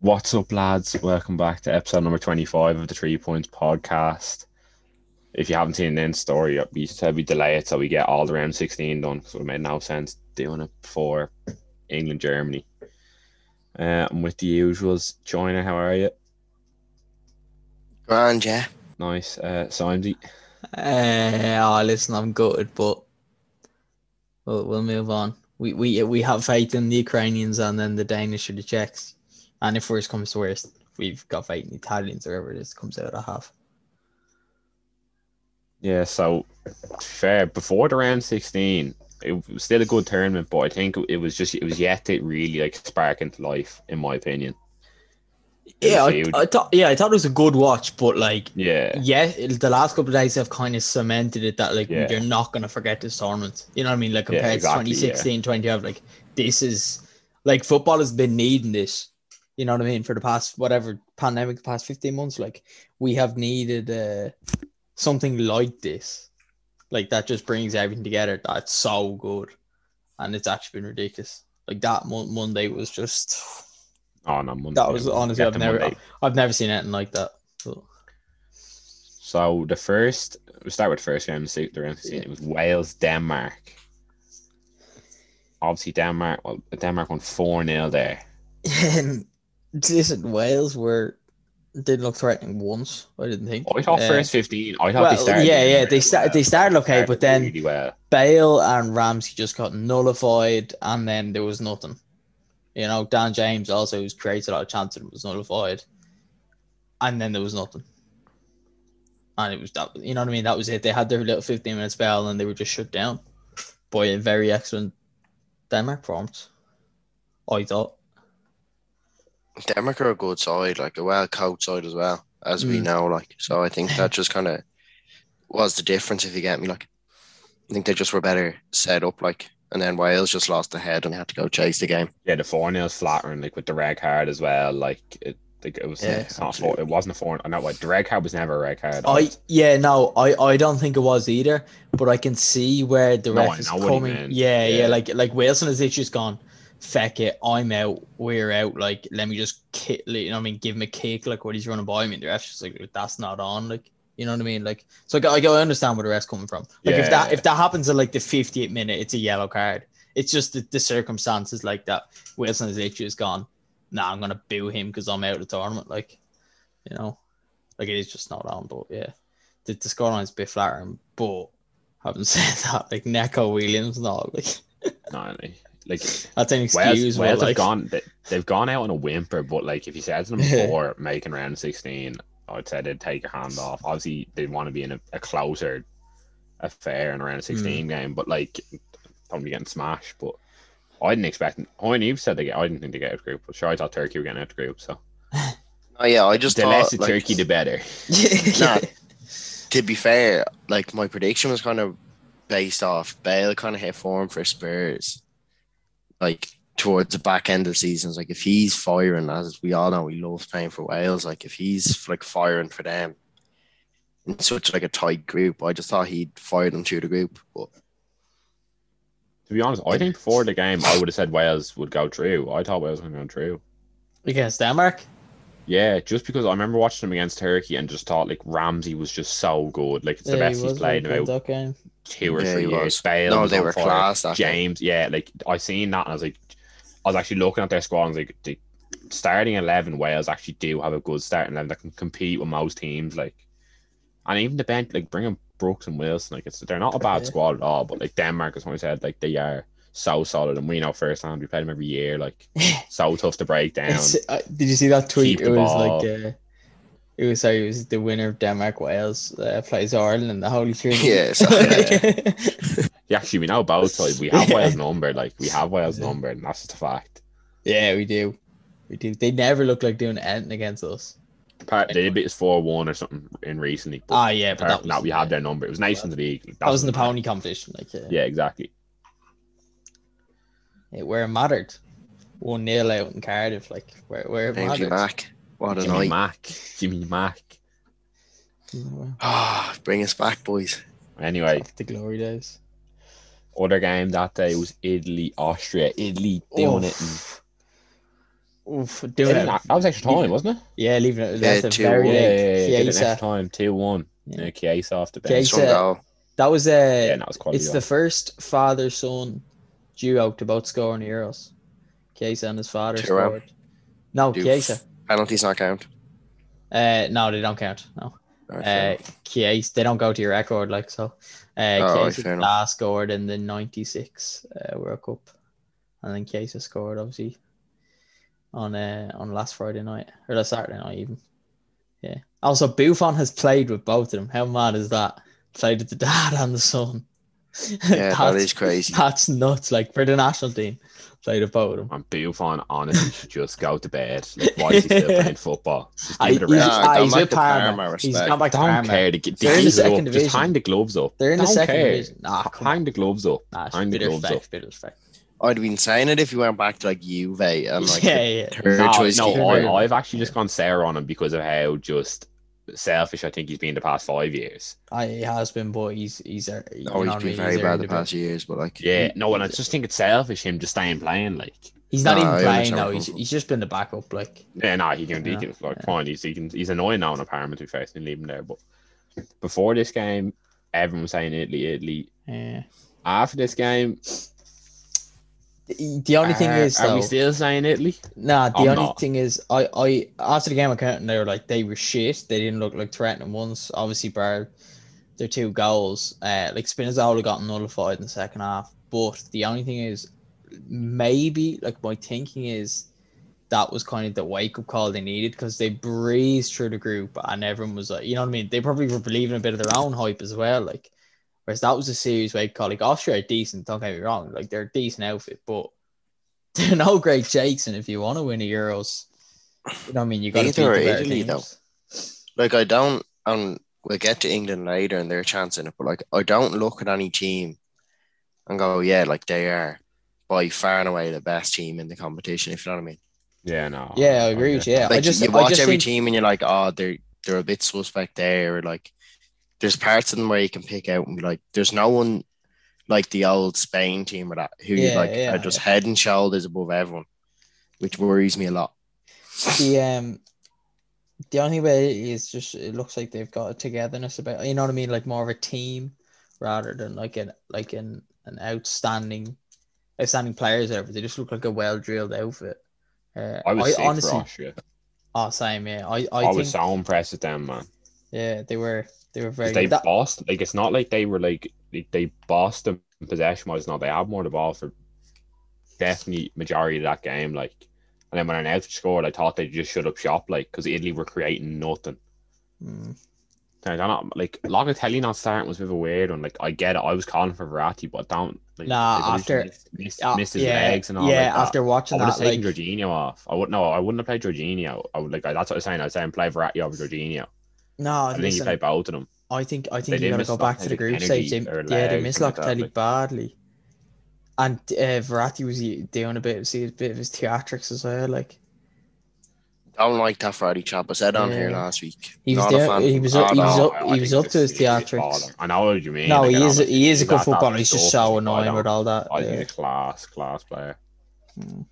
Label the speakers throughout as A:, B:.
A: What's up, lads? Welcome back to episode number 25 of the Three Points podcast. If you haven't seen the end story, we said we delay it so we get all the round 16 done because it made no sense doing it before England Germany. Uh, I'm with the usuals. China, how are you?
B: Grand, yeah.
A: Nice. Uh, Simesy,
C: Eh, oh, listen, I'm gutted, but we'll, we'll move on. We, we we have faith in the Ukrainians and then the Danish or the Czechs. And if worst comes to worst, we've got faith in the Italians or whoever it is comes out of half.
A: Yeah, so fair. Before the round sixteen, it was still a good tournament, but I think it was just it was yet to really like spark into life, in my opinion. It
C: Yeah,
A: was
C: I,
A: huge.
C: I thought yeah, I thought it was a good watch, but like
A: yeah,
C: yeah, it- the last couple of days have kind of cemented it that like
A: Yeah.
C: you're not gonna forget this tournament. You know what I mean? Like
A: Yeah,
C: compared
A: exactly,
C: to
A: yeah.
C: 2016, 2012, like this is like football has been needing this. You know what I mean? For the past whatever pandemic, the past 15 months, like we have needed uh, something like this. Like that just brings everything together. That's so good. And it's actually been ridiculous. Like that mon- Monday was just
A: on a Oh, Monday.
C: that was honestly
A: Get
C: I've
A: to
C: never
A: Monday.
C: I've never seen anything like that. But,
A: So the first, we start with the first round. The round sixteen, it was Wales Denmark. Obviously, Denmark. Well, Denmark won four 0 there.
C: Um, listen, Wales were didn't look threatening once. I didn't think.
A: I thought
C: Uh,
A: Oh, first fifteen. I thought they
C: well,
A: started.
C: yeah,
A: really
C: yeah, they
A: well.
C: started. They started okay, but then
A: really well.
C: Bale and Ramsey just got nullified, and then there was nothing. You know, Dan James also who's created a lot of chances and was nullified, and then there was nothing. And it was that. You know what I mean? That was it. They had their little fifteen minute spell, and they were just shut down. Boy, a very excellent Denmark prompt. I thought.
B: Denmark are a good side, like a well coached side as well, as we
C: Mm.
B: know. Like, so I think that just kind of was the difference, if you get me. Like, I think they just were better set up, like, and then Wales just lost the head and had to go chase the game.
A: Yeah, the four 0 is flattering, like with the red card as well. Like it, like it was.
B: Yeah,
A: it's not a four, it wasn't a four. No, what the red card was never a red card.
C: I yeah no I I don't think it was either, but I can see where the
A: No, I
C: ref is
A: know what he
C: coming.
A: meant.
C: Yeah, yeah,
A: Yeah.
C: like like Wilson has literally just gone. Feck it, I'm out. We're out. Like let me just kick. You know what I mean? Give him a kick. Like what he's running by me. And the ref's just like that's not on. Like you know what I mean? Like so I, go- I go, I understand where the ref's coming from. Like if that
A: Yeah.
C: if that happens at like the 58th minute, it's a yellow card. It's just the, the circumstances like that. Wilson has literally just gone. Nah, I'm gonna boo him because I'm out of the tournament. Like you know, like it is just not on. But yeah, the, the scoreline's a bit flattering. But having said that, like Neko Williams, not like
A: no, no. like
C: that's an
A: Wales,
C: excuse.
A: Wales have
C: but, like,
A: gone. They, they've gone out on a whimper, but like if you said to them
C: Yeah.
A: before making round sixteen, I'd say they'd take a hand off. Obviously, they want to be in a, a closer affair in a
B: Hmm.
A: round sixteen game, but like probably getting smashed. But I didn't expect. I knew said they get. I didn't think they get out of group. But sure, I thought Turkey were getting out of group. So
B: Oh yeah, I just
A: the
B: thought,
A: less of
B: like,
A: Turkey, the better.
C: yeah,
B: to be fair, like my prediction was kind of based off Bale kind of hit form for Spurs, like towards the back end of the seasons. Like if he's firing, as we all know, he loves playing for Wales. Like if he's like firing for them in such like a tight group, I just thought he'd fire them through the group. But
A: To be honest, I think before the game, I would have said Wales would go through. I thought Wales were going to go through.
C: against Denmark.
A: Yeah, just because I remember watching them against Turkey and just thought like Ramsey was just so good. Like it's the
C: Yeah, he
A: best he's
C: was
A: played in
C: really good
A: about
C: that game.
A: two or
B: Yeah,
A: three
B: he
A: years.
B: was.
A: Bale
B: no,
A: was
B: they
A: on
B: were
A: fire.
B: class. That game.
A: James, yeah, like I seen that and I was like, I was actually looking at their squad and I was like, the starting eleven Wales actually do have a good starting eleven that can compete with most teams. Like, and even the bench, like bringing Brooks and Wilson, like it's they're not a bad
C: Yeah.
A: squad at all. But like Denmark, as I said, like they are so solid and we know firsthand we play them every year. Like so tough to break down.
C: It's, uh, did you see that tweet?
A: Keep
C: It
A: the
C: was like uh, it was sorry, it was the winner of Denmark Wales uh, plays Ireland in the Holy Trinity.
B: Yeah, so-
A: Yeah, actually, we know both sides. We have
C: Yeah.
A: Wales number. Like we have Wales
C: Yeah.
A: number, and that's just a fact.
C: yeah, we do, we do. They never look like doing anything against us.
A: Part, they beat us four one or something in recently. But
C: Ah, yeah, but
A: apart
C: that
A: from
C: was,
A: that we have
C: yeah,
A: their number. It was Nations League. Like,
C: That was in the
A: doesn't matter.
C: pony competition. Like, uh, yeah,
A: Yeah, exactly.
C: It, where it mattered. One nil out in Cardiff, like where where it
B: James
C: mattered.
B: Mack. What a
A: Jimmy
B: night.
A: Mack. Jimmy Mack.
B: Ah, bring us back, boys.
A: Anyway,
C: Back to glory days. Oh,
A: other game that day was Italy Austria. Italy doing it. And
C: oof,
A: It
C: doing
A: didn't-
C: it.
A: That was extra time, wasn't it?
C: Yeah, leaving it.
B: Yeah,
C: That's a
B: two-
A: Yeah,
C: very
A: yeah,
C: late
A: yeah. yeah, did it
C: Chiesa.
A: Extra time, two one.
C: Yeah.
A: Yeah, Chiesa off the
C: Chiesa-
A: bench.
B: Strong goal.
C: That was uh, a.
A: Yeah, and that was quite.
C: it's the first father son duo to both score in the Euros. Chiesa and his father
B: Thuram.
C: scored. No,
B: Do-
C: Chiesa.
B: Penalties not count.
C: Uh, no, they don't count. No,
B: Alright, fair
C: uh,
B: enough.
C: Chiesa. They don't go to your record like so. Uh,
B: Oh,
C: Chiesa
B: fair enough.
C: last scored in the '96 uh, World Cup, and then Chiesa scored obviously on uh, on last Friday night or last Saturday night even. Yeah. Also, Buffon has played with both of them. How mad is that? Played with the dad and the son.
B: yeah, that
C: That's-
B: is crazy.
C: That's nuts. Like for the national team, played about him.
A: And Buffon honestly should just go to bed. Like, why is he still playing football? Just give it a
C: he's,
A: rest.
B: Nah, I
C: ah,
B: don't
C: he's
B: like
C: with
B: the
C: Parma.
B: Parma
C: He's
B: respect.
C: not like
A: don't
C: Parma.
A: care. The, the
C: They're in the
A: gloves up.
C: second
A: Just
C: division.
A: hang the gloves up.
C: They're in the
A: Don't
C: second
A: care.
C: division. Nah, come on.
A: Hang the gloves up.
C: Nah, it's
A: hang the
C: bit of
A: gloves
C: respect,
A: up.
C: bit of respect.
B: I'd have been saying it if you went back to like Juve and like
C: yeah,
B: yeah,
C: yeah.
B: third
A: No,
B: choice.
A: no,
B: keeper.
C: keeper.
A: I, I've actually just gone sour on him because of how just selfish I think he's been the past five years.
C: I, he has been, but he's he's a, you know
B: Oh, he's
C: what I
B: been
C: mean?
B: very
C: He's
B: bad
C: earned
B: the
C: a bit.
B: past years, but like
A: Yeah, no, and I just think it's selfish him just staying playing. Like,
C: He's not
B: Nah, I
C: even playing
B: understand
C: though.
B: where
C: He's
B: you're coming
C: he's just been the backup. Like
A: yeah, no, he can,
C: Yeah,
A: he can like, fine. He's he can, he's annoying now in a Parma to face and leave him there. But before this game, everyone was saying Italy, Italy.
C: yeah.
A: After this game,
C: The the only thing
B: Uh,
A: are-
C: is
A: are
C: though,
A: we still saying Italy?
C: nah. The
A: I'm
C: only
A: not.
C: thing is, I, I after the game, I counted. and They were like they were shit. They didn't look like threatening ones. Obviously, bar their two goals. Uh, like Spinazzola got nullified in the second half. But the only thing is, maybe like my thinking is that was kind of the wake up call they needed because they breezed through the group and everyone was like, you know what I mean? They probably were believing a bit of their own hype as well. Like, whereas that was a serious wake up call. Like, Austria are decent, don't get me wrong. Like, they're a decent outfit, but they're no great jakes. And if you want to win the Euros, you know what I mean? You got to beat
B: Neither
C: the
B: are
C: better
B: Italy,
C: teams.
B: though. like I don't and we'll get to England later and their chance in it, but like I don't look at any team and go, yeah, like they are by far and away the best team in the competition, if you know what I mean.
A: Yeah, no.
C: Yeah, I agree with you. Yeah,
B: Like
C: I just,
B: you
C: I
B: watch
C: just
B: every
C: think-
B: team and you're like, oh, they're they're a bit suspect there, or like there's parts of them where you can pick out and be like, there's no one like the old Spain team or that who you
C: Yeah,
B: like
C: yeah,
B: are just head and shoulders above everyone, which worries me a lot.
C: the um the only way is just it looks like they've got a togetherness about you know what I mean, like more of a team rather than like an like an an outstanding outstanding players or whatever. They just look like a well drilled outfit. Uh,
A: I
C: I,
A: was sick for
C: honestly,
A: Austria.
C: oh same yeah. I I,
A: I,
C: think
A: was so impressed with them, man.
C: yeah they were they were very
A: 'Cause They
C: good. That-
A: bossed. Like it's not like they were like they, they bossed them possession wise. No, they had more of the ball for definitely majority of that game. Like, and then when an out scored, I thought they just shut up shop. Like, because Italy were creating nothing.
C: Mm.
A: Now, they're not like Locatelli not starting was a bit of a weird one. Like I get it, I was calling for Verratti, but I don't. Like,
C: Nah,
A: they just
C: after-
A: missed, missed,
C: Ah,
A: missed his
C: yeah,
A: legs and all.
C: yeah.
A: like that.
C: after watching
A: I would
C: that,
A: have taken
C: like,
A: Jorginho off. I would no, I wouldn't have played Jorginho. I would like that's what I was saying. I was saying play Verratti over Jorginho.
C: no,
A: I think you
C: Uh, listen,
A: play both of them.
C: I think I think
A: They
C: you
A: didn't
C: got to
A: miss
C: go back to the
A: Locatelli's
C: group
A: energy
C: stage. They,
A: or
C: yeah, they
A: legs
C: missed
A: or something like that,
C: Locatelli
A: like-
C: badly, and uh, Verratti was e- doing a bit of see a bit of his theatrics as well. Like
B: Don't like that Friday chap. I said on here
C: Yeah.
B: last week.
C: He was
B: Not a
C: there-
B: fan
C: he
B: from-
C: was-
B: not
C: he
B: at
C: was
B: all.
C: up- he was up to his theatrics.
A: I know what you mean.
C: no,
A: I
C: he
A: get
C: is
A: on
C: a,
A: it.
C: he is a
A: He's
C: good
A: that- that
C: footballer. He's just
A: stuff,
C: so
A: like, I
C: annoying
A: don't-
C: with all that.
A: I think
C: yeah.
A: he's a class, class player.
C: Mm.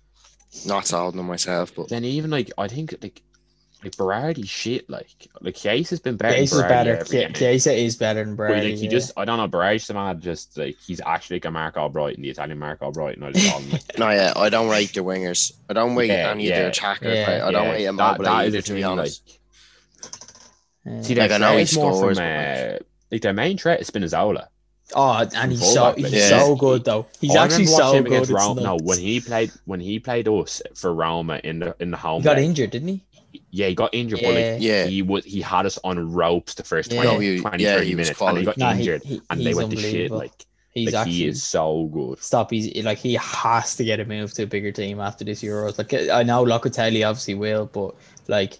B: Not sold on myself, but
A: Then even like I think like like Berardi shit like like Chiesa has been better. than
C: Chiesa is
A: Berardi
C: better.
A: every
C: Chie-
A: game.
C: Chiesa is better than
A: But,
C: Brady.
A: like he just I don't know Berardi's the man just like he's actually like a Mark Albrighton, the Italian Mark Albrighton. I just call him like
B: No, yeah, I don't rate the wingers. I don't rate
A: Yeah,
B: any of
A: yeah,
B: their attackers.
C: yeah,
B: I don't
A: yeah,
B: rate
A: that,
B: Immobile
A: that is
B: either,
A: the
B: to be
A: thing,
B: honest.
A: like,
C: yeah.
A: See, their
B: Like, I
A: threat
B: know he
A: is more
B: scores,
A: from,
B: but,
A: uh, like their main threat is Spinazzola.
C: oh, and he's so
A: fullback,
C: he's
A: like,
B: yeah.
C: so good though. He's
A: Oh, I remember
C: actually
A: watching
C: so
A: him
C: good.
A: against
C: It's
A: Roma. No,
C: nuts.
A: when he played when he played us for Roma in the in the
C: he
A: home,
C: got
A: leg,
C: injured, didn't he?
A: yeah, he got injured, but like,
C: Yeah.
B: Yeah,
A: he was he had us on ropes the first
C: Yeah.
A: 20,
C: No,
B: he-
A: 20,
B: yeah,
A: 30
B: he was
A: minutes, and he got
B: quality.
C: Nah, he-
A: injured,
C: he-
A: and they
C: he's
A: went to shit.
C: unbelievable.
A: Like,
C: He's
A: like,
C: actually
A: he is so good.
C: stop. He's like he has to get a move to a bigger team after this Euros. Like I know Locatelli obviously will, but like,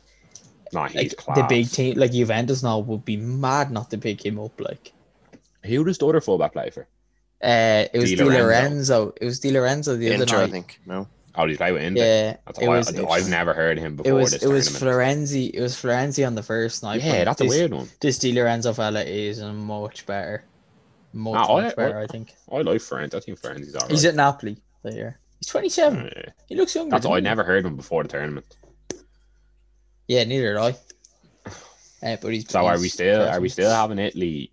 A: Nah, he's
C: like
A: class.
C: the big team, like Juventus now would be mad not to pick him up. Like,
A: Who does the other fullback play for?
C: uh, it was
A: Di
C: Di
A: Lorenzo.
C: Lorenzo. It was Di Lorenzo the
B: Inter,
C: other
B: I
C: night.
B: think. No,
A: Oh, did he play with Inter?
C: Yeah,
A: That's
C: it
A: all I,
C: was.
A: I, have never heard of him
C: It
A: before
C: was
A: this
C: it was
A: tournament.
C: Florenzi. It was Florenzi on the first night.
A: yeah,
C: but
A: that's a
C: this,
A: weird one.
C: This Di Lorenzo fella is much better, much,
A: Nah, I-
C: much better. I,
A: Ah, I-
C: think
A: I like Friends. I think Friends is alright.
C: he's at Napoli. There, He's 27.
A: Uh,
C: He looks younger.
A: That's
C: doesn't
A: I
C: he?
A: never heard of him before the tournament.
C: Yeah, neither did I. Uh, but he's
A: So are
C: he's
A: we still are we
C: present.
A: still having Italy?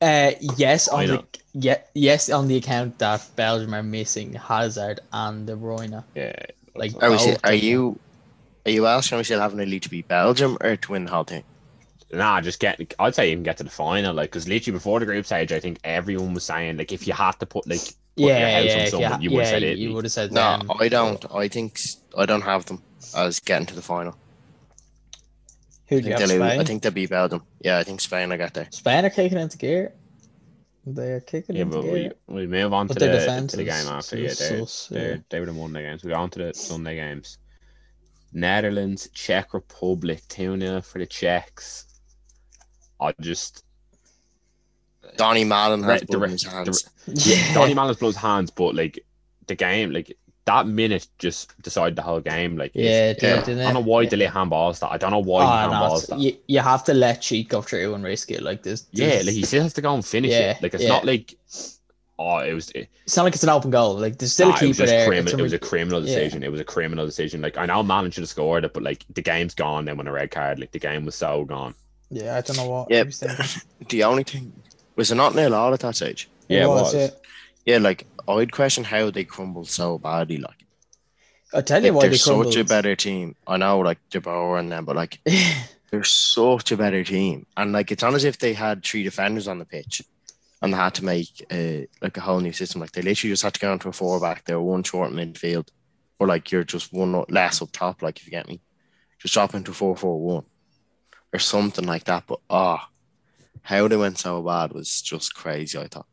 C: Uh, yes,
A: I
C: on the,
A: know.
C: yeah, yes, on the account that Belgium are missing Hazard and De Bruyne.
A: Yeah,
C: Like, oh,
B: Are, we still,
C: both
B: are
C: of them.
B: you are you asking are we still having a lead to beat Belgium or to win the whole thing?
A: Nah, just get. I'd say even get to the final, like, because literally before the group stage, I think everyone was saying like, if you had to put like, your
C: Yeah,
A: house on
C: yeah, if
A: someone,
C: ha-
A: you would've
C: yeah,
A: said
C: You
A: Italy.
C: would have said
B: No,
C: them.
B: I don't. I think s- I don't have them as getting to the final.
C: Who
B: I
C: do you
B: think,
C: have?
B: they'll,
C: Spain?
B: I think they'll beat Belgium. Yeah, I think Spain. I got there.
C: Spain are kicking into gear. They are kicking
A: yeah,
C: into
A: but
C: gear.
A: we, we move on
C: but
A: to
C: their
A: the,
C: defense
A: to the game
C: is
A: after. Yeah,
C: sus-
A: they,
C: sus, yeah.
A: they, they would have won their games. We go on to the Sunday games. Netherlands, Czech Republic, 2 0 for the Czechs. I just.
B: Donny Madden has
A: Right,
B: blood in
A: direct-
B: his hands.
A: Yeah. Donny Malice blows hands, but like, the game, like, that minute just decided the whole game. Like,
C: Yeah, Ah, yeah,
B: yeah.
C: did,
A: I don't know why they let handballs that. I don't know why he handballs that.
C: you, you have to let cheat go through and risk it like this.
A: Yeah,
C: this-
A: like he still has to go and finish
C: Yeah,
A: it. Like it's
C: yeah.
A: not like oh, it was it,
C: it's not like it's an open goal. Like there's still
A: nah,
C: a
A: it was
C: keeper
A: just
C: there.
A: criminal.
C: It's a
A: it was
C: re-
A: a criminal
C: yeah.
A: decision. It was a criminal decision. Like I know Manon should have scored it, but like the game's gone. Then when a red card, like the game was so gone.
C: yeah, I don't know what.
B: Yep.
C: he was thinking.
B: The only thing was it not nil all at that stage.
A: Yeah, it was.
C: yeah.
B: Yeah, like I'd question how they crumbled so badly. Like,
C: I tell you
B: Like,
C: why
B: they're
C: they crumbled.
B: such a better team. I know, like De Boer and them, but like
C: yeah,
B: they're such a better team. And like it's not as if they had three defenders on the pitch and they had to make uh, like a whole new system. Like they literally just had to go into a four back. They're one short in midfield, or like you're just one o- less up top. Like if you get me, just drop into four four one or something like that. But ah, how they went so bad was just crazy. I thought.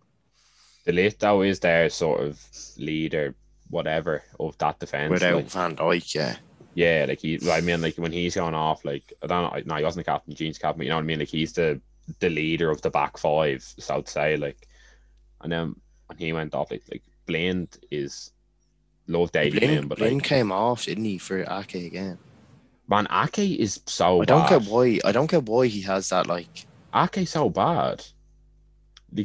A: The late though is their sort of leader, whatever of that defense.
B: Without
A: like,
B: Van Dijk, yeah.
A: yeah, like he. I mean, like when he's going off, like I don't know. No, he wasn't the captain. Gene's captain. but You know what I mean? Like he's the the leader of the back five, so to say. Like, and then when he went off, like like Blind is. Love Daily
B: Blin,
A: but
B: Blin
A: like,
B: came off, didn't he, for Ake again?
A: Man, Ake is so
B: I don't
A: bad.
B: get why. I don't get why he has that like
A: Ake's so bad.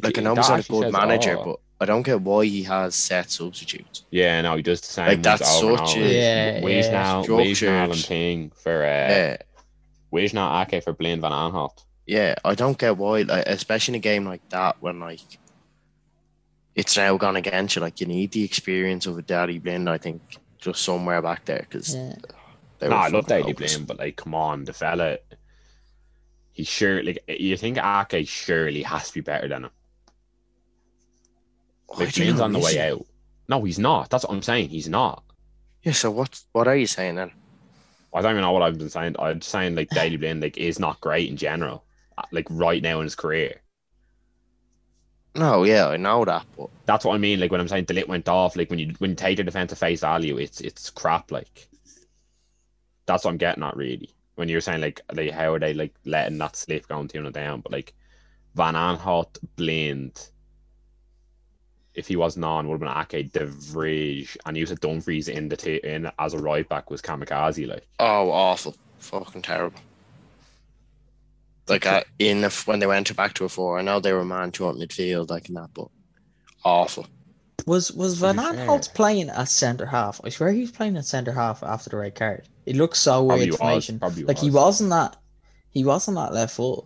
B: like I know
A: that
B: he's not a
A: actually
B: good
A: says
B: manager,
A: all.
B: but I don't get why he has set substitutes.
A: yeah, no, he does the same.
B: Like,
A: ones
B: that's
A: over and
B: such
A: over.
B: a-
C: Yeah,
A: Wees
C: yeah.
A: now, Wees now and
B: Structured.
A: Ping for uh,
B: Yeah,
A: Wees now Ake for Blaine Van Aanholt.
B: yeah, I don't get why, like, especially in a game like that when like it's now gone against you. Like you need the experience of a Daddy Blind, I think, just somewhere back there because
C: yeah.
B: they
A: No,
B: were
A: I love
B: fucking
A: Daily
B: hopeless.
A: Blaine, but like, come on, the fella. He sure like you think Ake surely has to be better than him.
B: Oh, I
A: Like,
B: don't
A: Blaine's
B: know,
A: on the
B: is
A: way
B: he?
A: out. No, he's not. That's what I'm saying. He's not.
B: Yeah. So what? What are you saying then?
A: I don't even know what I've been saying. I'm just saying like Daily Blaine like is not great in general. uh, Like right now in his career.
B: No, yeah, I know that, but
A: That's what I mean. Like when I'm saying the lit went off, like when you when you take the defense at face value, it's it's crap. Like that's what I'm getting at really. When you're saying like they how are they like letting that slip going two and down, but like Van Aanholt, Blind, if he wasn't on, would have been Ake, De Vrij, and he was a Dumfries in the t- in as a right back was Kamikaze. Like
B: oh, awful, fucking terrible. Like I, in if when they went to back to a four, I know they were man short midfield, like in that, but awful.
C: Was
A: To
C: was
A: be
C: Van Aanholt
A: fair.
C: playing at centre half? I swear he was playing at centre half after the red card. It looks so
A: probably
C: weird
A: was,
C: to mention.
A: probably
C: Like he wasn't that he wasn't that left foot.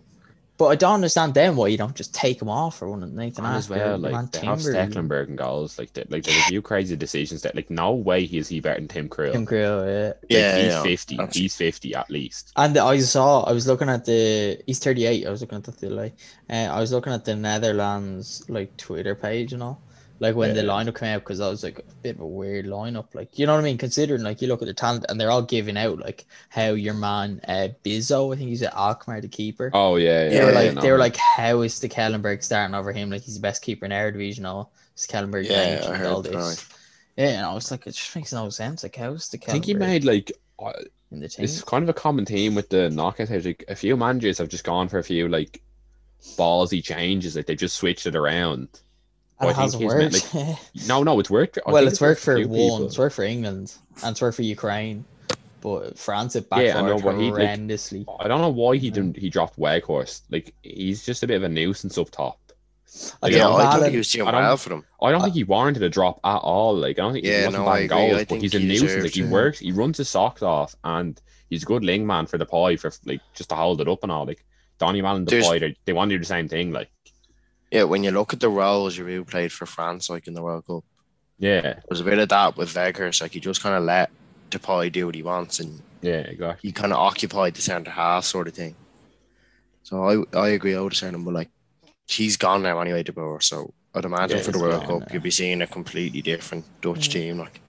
C: But I don't understand then why you don't just take him off or underneath and
A: And as
C: after
A: well,
C: man
A: like they have
C: Timber,
A: Stecklenberg and goals, like they, like there's a few crazy decisions that like no way is he better than Tim Creel.
C: Tim Creel, yeah.
A: Like,
B: Yeah,
A: he's
B: yeah,
A: fifty.
B: that's-
A: He's fifty at least.
C: And I saw, I was looking at the, he's 38, I was looking at that the like, uh, I was looking at the Netherlands, like, Twitter page and all, like, when the
A: Yeah.
C: lineup came out, because I was like, a bit of a weird lineup, like, you know what I mean? Considering, like, you look at the talent and they're all giving out, like, how your man, uh, Bizzo, I think he's at Alkmaar, the keeper.
A: Oh yeah,
B: yeah,
C: they were
B: yeah,
C: like, they were like, how is the Kellenberg starting over him? Like, he's the best keeper in our division, all. It's Kellenberg,
B: Yeah,
C: yeah,
B: I
C: and
B: heard
C: all
B: that,
C: this.
B: right.
C: Yeah, and I was like, it just makes no sense. Like, how is the Kellenberg
A: I think he made like
C: in the team?
A: it's kind of a common theme with the knockout. stages, Like a few managers have just gone for a few like ballsy changes. Like they've just switched it around.
C: and
A: I
C: it
A: think
C: hasn't
A: he's meant,
C: worked.
A: No, no, it's worked. I
C: well,
A: think
C: it's worked
A: a
C: for
A: few
C: one.
A: people.
C: It's worked for England, and it's worked for Ukraine, but France it
A: Yeah, I
C: backfired
A: know, but he, like-
C: horrendously.
A: I don't know why he didn't. He dropped Weghorst. Like he's just a bit of a nuisance up top.
C: I
B: yeah,
C: don't
B: I
C: know,
B: thought
C: Alan-
B: he was doing
A: I don't-
B: well for them.
A: I don't think he warranted a drop at all. Like I don't think
B: Yeah,
A: he wasn't
B: no, I
A: bad
B: agree. I
A: goals, but
B: think
A: he's a
B: he
A: nuisance.
B: deserves
A: Like he
B: it.
A: works, he runs his socks off, and he's a good link man for the pie for like just to hold it up and all. Like Donny Mallon, the
B: There's-
A: pie, they, they want to do the same thing. Like
B: Yeah, when you look at the roles Giroud played for France, like in the World Cup,
A: yeah,
B: there's a bit of that with Weghorst. Like he just kind of let Depay do what he wants, and
A: yeah, exactly.
B: he kind of occupied the centre half sort of thing. So I I agree. I would have sent him, but like he's gone now anyway, De Boer. So I'd imagine
A: Yeah,
B: for the
A: he's Mm.
B: World Cup,
C: gone now.
B: you'll be seeing a completely different Dutch team, like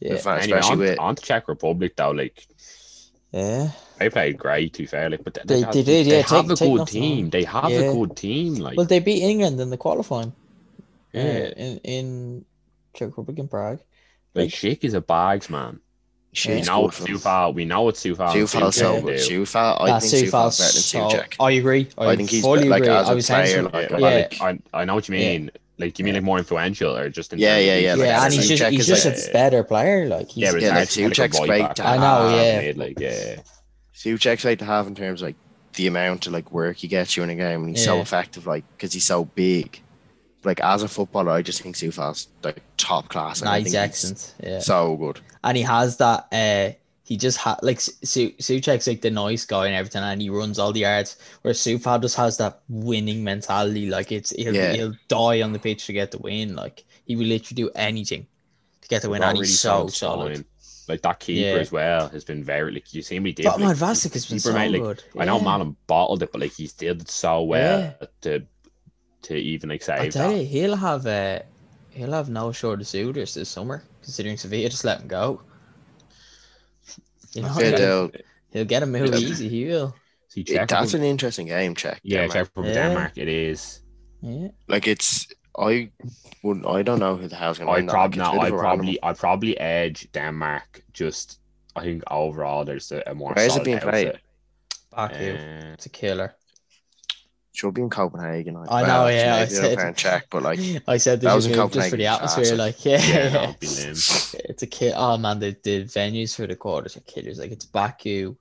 C: Yeah.
B: if- especially
A: Anyway, on,
B: with
A: on to Czech Republic though, like
C: yeah.
A: they played great. To be fair, like but they,
C: They-
A: have-
C: they did, yeah,
A: They have
C: take-
A: a
C: take
A: good
C: nothing
A: team.
C: on.
A: They have
C: Yeah.
A: a good team. Like
C: Well, they beat England in the qualifying. uh,
A: yeah,
C: in in Czech Republic and Prague.
A: like Schick is a bags man.
B: She's
A: we know it's too far. We know it's too far.
B: Sufal
C: so
B: so
C: much.
B: much. Sufal, I think Sufal's better than Sufal.
C: I agree. I,
B: I think he's
C: fully
B: be- like
C: agree.
B: as
C: I
B: a
C: was saying
B: player,
C: something-
B: like,
A: Yeah,
C: yeah.
B: like
A: I, I know what you
C: Yeah.
A: mean. Like you mean like more influential or just in
B: Yeah,
A: terms
B: yeah,
A: of-
B: yeah, like,
C: yeah, and he's
B: Suchek
C: just he's
B: is
C: just
A: like-
C: a better player. Like he's,
A: Yeah, but
B: Yeah, like,
A: it's actually
B: Suchek's
A: like
B: great
A: a right
B: to
A: back.
C: I know, yeah.
A: mid, like yeah,
B: Suchek's like to have in terms of, like the amount of like work he gets you in a game, and he's so
C: Yeah.
B: effective, like because he's so big. Like as a footballer, I just think Sufal's like top class. Like, I
C: nice
B: think he's
C: accent. Yeah,
B: So good.
C: and he has that. Uh, he just had like Su- Suchek's like the nice guy and everything, and he runs all the yards. Where Sufal just has that winning mentality. Like it's he'll,
B: Yeah.
C: he'll die on the pitch to get the win. Like he will literally do anything to get the win,
A: Got
C: and
A: really
C: he's so
A: solid
C: solid.
A: spine. Like that keeper
C: Yeah.
A: as well has been very like you see me did.
C: But man,
A: like,
C: Vasic has been
A: keeper,
C: so
A: mate, like,
C: good.
A: I know
C: Yeah.
A: Malin bottled it, but like he did so well to to even like
C: I
A: save
C: tell
A: that.
C: you, he'll have uh, he'll have no short suitors this summer, considering Sevilla just let him go. You know,
A: Yeah,
B: Yeah,
C: he'll,
B: they'll-
C: he'll get a move
B: Yeah.
C: easy. He will.
A: See, Czech
B: it- that's
A: Republic-
B: an interesting game, check.
A: yeah, Czech Republic,
C: Yeah.
A: Denmark. It is.
C: Yeah,
B: Like it's I wouldn't I don't know who the hell's gonna
A: I
B: win that, like,
A: probably
B: it's
A: no,
B: a bit
A: I
B: of a
A: probably
B: random-
A: I probly edge Denmark. Just I think overall there's a, a more.
B: Where is it
A: solid
B: being
A: outfit.
B: played?
C: Baku,
A: Uh,
C: it's a killer.
B: should be in Copenhagen.
C: I know,
B: well, actually,
C: yeah, I
B: maybe they'll
C: said-
B: play in Czech, but like
C: I said
B: That
C: this
B: was
C: is
B: in
C: good just for the
B: Copenhagen,
C: atmosphere.
B: classic.
C: Like, yeah,
A: yeah, that
C: yeah.
A: would be lame.
C: it's a kill. Oh man, the, the venues for the quarters are killers. Like it's Baku,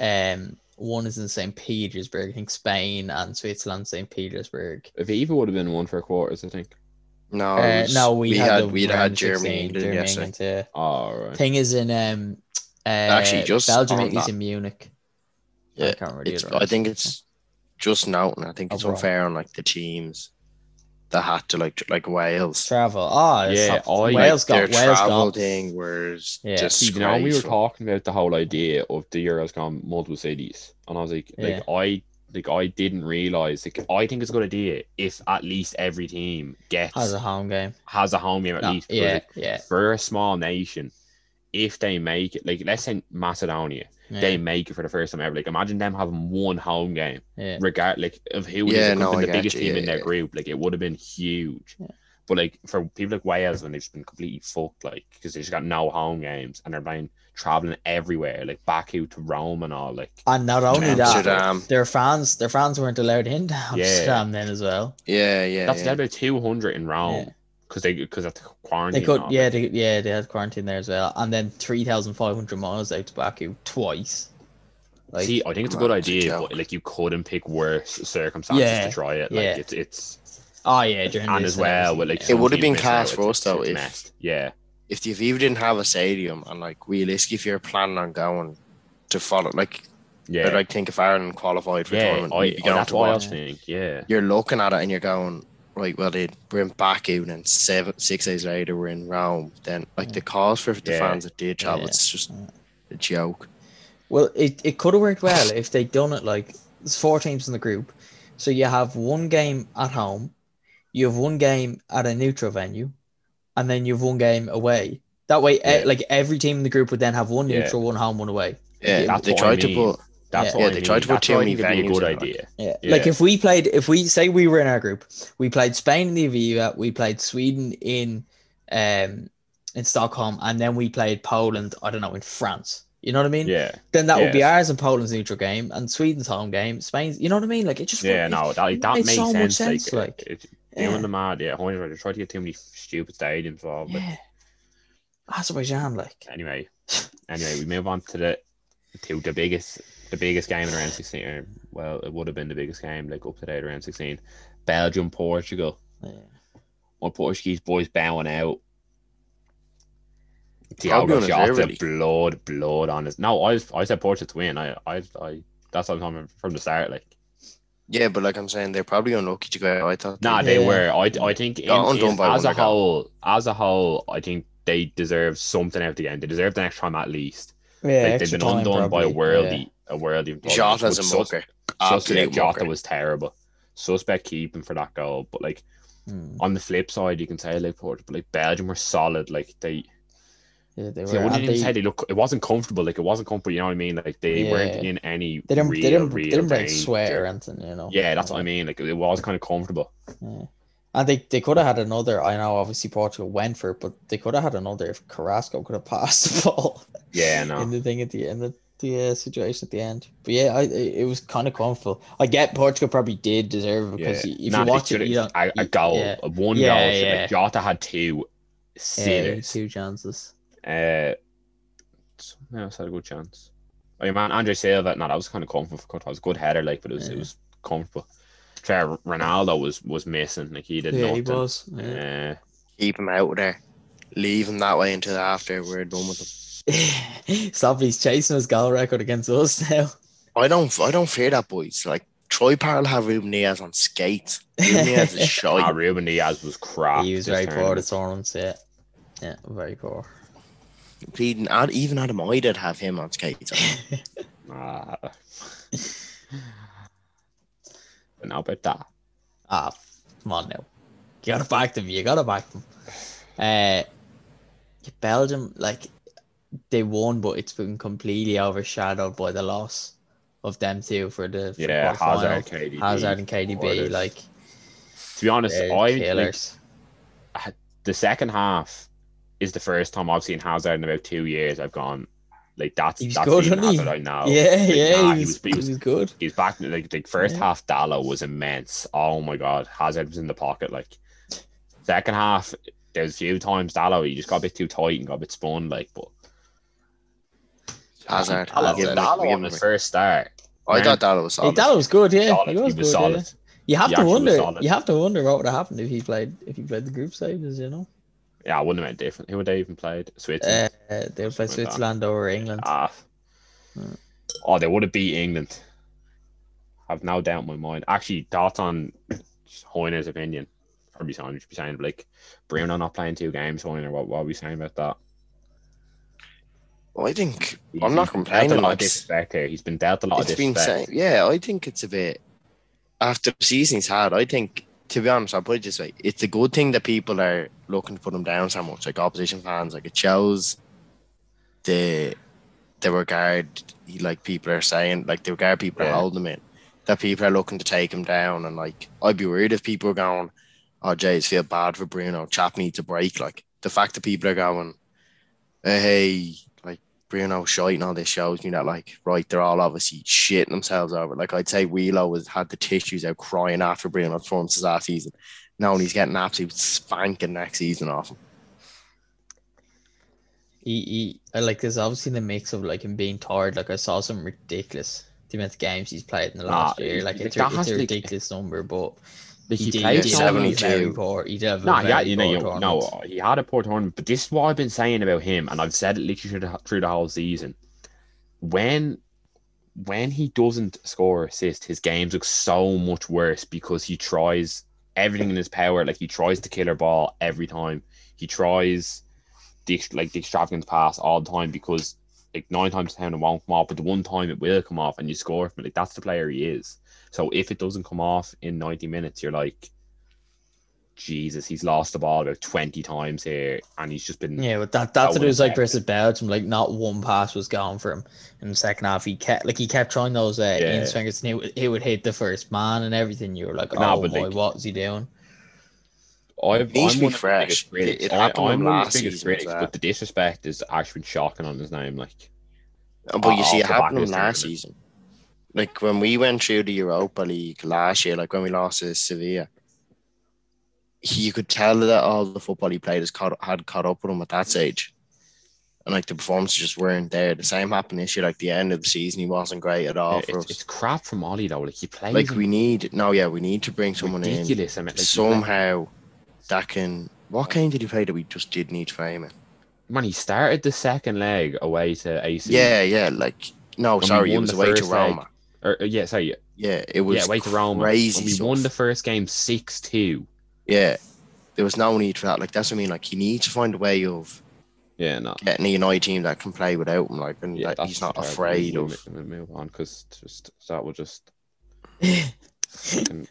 C: um, one is in Saint Petersburg, I think Spain and Switzerland, Saint Petersburg.
A: If it even would have been one for quarters, I think.
B: no,
C: Uh,
B: Oh, it was-
C: no, we, had, the
B: we'd
C: round
B: had
C: of
B: Germany,
C: 16,
B: England
C: Germany,
B: yesterday.
C: England, yeah.
A: All right.
C: thing is in um uh,
B: Actually, just
C: Belgium
B: on
C: Italy's
B: that-
C: in Munich. I
B: Yeah,
C: can't really
B: It's, I think it's just noting. I
A: Oh,
B: think it's
C: Overall.
B: unfair on like the teams that had to like tr- like Wales.
C: travel. Ah, oh,
A: Yeah,
C: yeah,
A: I-
C: Wales
B: Their
C: got Wales
B: travel
C: got
B: thing was
C: Yeah.
B: just
A: See, now we were
B: disgraceful.
A: talking about the whole idea of the Euros gone multiple cities, and I was like, like I, like I didn't realize. Like I think it's a good idea if at least every team gets
C: has
A: has
C: a
A: a,
C: home game.
A: home game at
C: No,
A: least. because,
C: yeah,
A: like,
C: yeah,
A: for a small nation, if they make it, like let's say Macedonia,
C: yeah,
A: they make it for the first time ever. Like imagine them having one home game,
C: yeah.
A: regard like of who
B: Yeah,
A: yeah,
B: no,
A: been
B: I
A: the
B: get
A: biggest
B: you,
A: team
B: yeah,
A: in their
B: yeah.
A: group. Like it would have been huge.
C: Yeah.
A: But like for people like Wales, when they've just been completely fucked, like because they just got no home games and they're playing traveling everywhere, like Baku to Rome and all. Like
C: And not only that,
B: Amsterdam.
C: their fans their fans weren't allowed into
A: Yeah.
C: Amsterdam then as well.
B: Yeah, yeah.
A: that's
B: yeah.
A: about two hundred in Rome
C: Yeah.
A: because they because of the quarantine.
C: They could,
A: and all,
C: yeah,
A: like,
C: they, yeah, they had quarantine there as well, and then three thousand five hundred miles out to Baku twice. Like,
A: See, I think it's a good
B: Well, it's a
A: idea,
B: joke.
A: but like you couldn't pick worse circumstances
C: Yeah,
A: to try it.
C: yeah.
A: Like it's it's
C: oh yeah, during
A: and
C: this
A: as well,
C: everything,
A: with like
C: yeah.
B: It
A: some
B: would've
A: teams
B: been
A: missing
B: class
A: out,
B: for
A: it's-
B: us, though,
A: it's
B: if-
A: messed. yeah,
B: if the Aviva didn't have a stadium and like realistically, if you're planning on going to follow, like
A: yeah,
B: I'd like think if Ireland qualified for
A: yeah.
B: tournament,
A: I,
B: you'd be
A: I,
B: going
A: that's
B: to
A: why I
B: watch.
C: watch.
A: think, yeah.
B: You're looking at it and you're going right. Well, they bring back out and seven, six days later we're in Rome. Then like the cause for the
A: Yeah.
B: fans that did travel,
C: Yeah.
B: it's just
C: Yeah.
B: a joke.
C: Well, it, it could have worked well if they'd done it like there's four teams in the group. So you have one game at home, you have one game at a neutral venue, and then you have one game away. That way, e-
A: Yeah.
C: like every team in the group would then have one
A: Yeah.
C: neutral, one home, one away.
B: Yeah,
A: That's
B: they
A: what I
B: tried to
A: mean.
B: put
A: That's
C: Yeah.
A: why
B: Yeah,
A: I
B: they
A: mean,
B: tried to put
A: that's why I
B: too many
A: think it'd be a
B: venues
A: good
B: in, like-
A: idea.
C: Yeah.
A: Yeah.
C: Like if we played, if we say we were in our group, we played Spain in the Aviva, we played Sweden in, um, in Stockholm, and then we played Poland. I don't know in France. You know what I mean?
A: Yeah,
C: Then that would be
A: Yeah.
C: ours and Poland's neutral game and Sweden's home game. Spain's. You know what I mean? Like it just.
A: yeah,
C: it-
A: no, that, like, that
C: made
A: makes
C: so much
A: sense.
C: sense,
A: Like, uh,
C: like,
A: it,
C: yeah.
A: doing the mad, yeah, hundred. percent. They tried to get too many stupid stadiums involved. But
C: Yeah. Azerbaijan, like.
A: anyway, anyway, we move on to the to the biggest the biggest game in around 16. Or, well, it would have been the biggest game like up to date around 16. Belgium, Portugal.
C: Yeah.
A: My Portuguese boys bowing out.
B: Probably
A: Thiago
B: on his
A: Jota,
B: early.
A: blood, blood on his. No, I was, I said Portugal to win. I, I, I. That's what I'm talking from the start. Like,
B: Yeah, but like I'm saying, they're probably unlucky to go out. I thought.
A: Nah,
B: they-
A: they
C: Yeah.
A: were. I, I think in,
B: Undone
A: in-
B: by
A: as a
B: one, I got.
A: whole, as a whole, I think they deserve something out of the game. They deserve the next time at least.
C: Yeah,
A: like, they've been undone by a worldie, a worldie.
B: Jota's
A: Sus-
B: a mucker.
A: Suspect
B: Absolute
A: Jota
B: mucker.
A: was terrible. Suspect keeping for that goal, but like
C: Yeah, Hmm.
A: on the flip side, you can say like Port, but like Belgium were solid. Like they,
C: yeah they
A: I
C: were.
A: wouldn't
C: and
A: even
C: they,
A: say they look. It wasn't comfortable. Like it wasn't comfortable. You know what I mean? Like they weren't
C: Yeah.
A: in any.
C: they didn't,
A: real,
C: they didn't,
A: real
C: they didn't break
A: danger.
C: sweat or anything, you know.
A: Yeah, that's what I mean. Like it was kind of comfortable.
C: Yeah. And they, they could have had another. I know, obviously, Portugal went for it, but they could have had another if Carrasco could have passed the ball.
A: Yeah, no.
C: In the thing at the end, the, the uh, situation at the end. But yeah, I, it, it was kind of comfortable. I get Portugal probably did deserve it because
A: Yeah.
C: y- if
A: Nah,
C: you
A: they
C: watch it,
A: should've-
C: you don't.
A: a, a
C: you-
A: goal,
C: yeah.
A: a one
C: Yeah,
A: goal. should-
C: yeah.
A: Like Jota had two
C: Yeah, they had
A: serious.
C: two chances.
A: Uh, someone else had a good chance. Oh, your man Andre Silva, no, that was kind of comfortable for cut. It was a good header, like, but it was it
C: Yeah.
A: was comfortable. Trevor Ronaldo was was missing, like he did
C: yeah, he
A: nothing.
C: was. Yeah.
A: Uh,
B: Keep him out there. Leave him that way until after we're done with him.
C: Stop, he's chasing his goal record against us now.
B: I don't. I don't fear that boys. Like Troy Parr will have Ruben Diaz on skates. Ruben Diaz is
A: ah,
B: shy.
A: Ruben Diaz was crap.
C: he was
A: this
C: very poor
A: tournament.
C: at tournaments, yeah. Yeah, very poor.
B: Even Ad- even Adam I did have him on skates.
A: Ah. But now about that.
C: Ah, come on now. You gotta back them. You gotta back them. Uh, Belgium, like, they won, but it's been completely overshadowed by the loss of them two for the for
A: Yeah,
C: the quarterfinal.
A: Hazard, KDB.
C: Hazard and KDB,
A: Borders.
C: like,
A: to be honest,
C: they're
A: I like,
C: killers.
A: the second half is the first time I've seen Hazard in about two years. I've gone like that's
C: He was
A: that's
C: good,
A: Eden
C: wasn't he?
A: Hazard I know.
C: yeah,
A: Like,
C: yeah,
A: nah,
C: he, was, he was good.
A: he was back like the first
C: Yeah.
A: half. Dalo was immense. Oh my god, Hazard was in the pocket. Like second half, there's a few times Dalo he just got a bit too tight and got a bit spun. Like, but
B: Hazard.
A: Dalo,
B: Give him-
A: Dalo
B: give
A: on
B: him
A: his
B: a-
A: first start,
B: I thought that was
C: Hey,
B: solid.
C: that was good, yeah.
A: solid.
C: He
A: He was
C: was, good, yeah.
A: solid.
C: You have
A: He
C: to
A: actually was
C: wonder.
A: solid.
C: You have to wonder what would have happened if he played if he played the group stages, you know.
A: Yeah, I wouldn't have been different. Who would they even played? Switzerland.
C: Uh, they would play
A: Something like that.
C: Switzerland or England.
A: Ah.
C: Mm.
A: Oh, they would have beat England. I've no doubt in my mind. Actually, thoughts on Hoyner's opinion. Probably someone should be saying like Bruno not playing two games, Hoyner. What, what are we saying about that?
B: I think
A: He's- he's
B: I'm not
A: been dealt
B: complaining.
A: A lot of
B: like,
A: disrespect here. He's been dealt a lot
B: it's
A: of
B: been
A: disrespect.
B: saying, yeah, I think it's a bit after the season he's had. I think, to be honest, I'll put it this way: it's a good thing that people are looking to put him down so much, like opposition fans. Like it shows the the regard, like people are saying, like the regard people
A: Yeah.
B: are holding him in. That people are looking to take him down, and like I'd be worried if people were going, "Oh, Jays feel bad for Bruno. Chap needs a break." Like the fact that people are going, "Eh, "Hey, like." Bruno shite and all this shows me that like right they're all obviously shitting themselves over. it. Like I'd say Wheelo was had the tissues out crying after Bruno's performances last season. Now he's getting absolute spanking next season off him.
C: He, he, I like there's obviously the mix of like him being tired. Like I saw some ridiculous the amount of games he's played in the
A: Nah,
C: last year. Like
A: like,
C: it's,
A: that
C: a-
A: has
C: it's a
A: to be-
C: ridiculous number, but
A: Like,
C: he, did,
A: played
C: he
B: yeah,
C: did
A: so
C: have a
A: many
B: 72.
C: very poor. He did have a
A: No,
C: very
A: yeah, you know,
C: poor
A: you,
C: tournament.
A: no, he had a poor tournament, but this is why I've been saying about him, and I've said it literally through the, through the whole season. When, when he doesn't score or assist, his games look so much worse because he tries everything in his power. Like he tries the killer ball every time. He tries the ex- like the extravagant pass all the time because like nine times out of ten it won't come off, but the one time it will come off and you score from it. Like that's the player he is. So if it doesn't come off in ninety minutes, you're like, Jesus, he's lost the ball about twenty times here, and he's just been
C: Yeah, but that, that's what
A: would've
C: it was like
A: affected.
C: versus Belgium. Like not one pass was gone for him in the second half. He kept like he kept trying those uh,
A: Yeah.
C: in swingers, and he would, he would hit the first man and everything. You were like,
A: Nah,
C: oh
A: but,
C: my,
A: like-
C: what is he doing?
A: I've,
B: Needs
A: I'm
B: to be
A: one of the
B: fresh.
A: biggest critics.
B: It- it
A: I,
B: happened
A: I'm
B: on
A: one of
B: last
A: the biggest
B: season as
A: critics,
B: well.
A: but the disrespect is actually been shocking on his name. Like,
B: But you
A: off
B: see
A: the
B: it
A: Oh, back
B: happened
A: of his
B: last
A: tournament.
B: season. Like when we went through the Europa League last year, like when we lost to Sevilla, he, you could tell that all the football he played has caught, had caught up with him at that stage. and like the performances just weren't there. The same happened this year, like the end of the season, he wasn't great at
A: Yeah,
B: all Oh, for
A: it's,
B: us.
A: it's crap from Ollie though. Like he plays
B: Like
A: him
B: we need no, yeah, we need to bring someone in
A: ridiculous. amount- like, he play-
B: somehow that can. What game did he play that we just did need to play him in?
A: man, he started the second leg away to AC.
B: Yeah, yeah, like no,
A: When we
B: sorry, it
A: won
B: was
A: the
B: away to
A: first leg,
B: Roma.
A: Or, or, yeah, sorry.
B: Yeah, it was
A: Yeah, away to Roma.
B: crazy.
A: When we
B: stuff.
A: won the first game six two.
B: yeah, there was no need for that. Like that's what I mean. Like he needs to find a way of
A: Yeah, no.
B: getting a United team that can play without him. Like and
A: Yeah,
B: that
A: that's
B: he's not
A: terrible.
B: afraid
A: We'll
B: of.
A: mo- we'll move on because just that will just. fucking-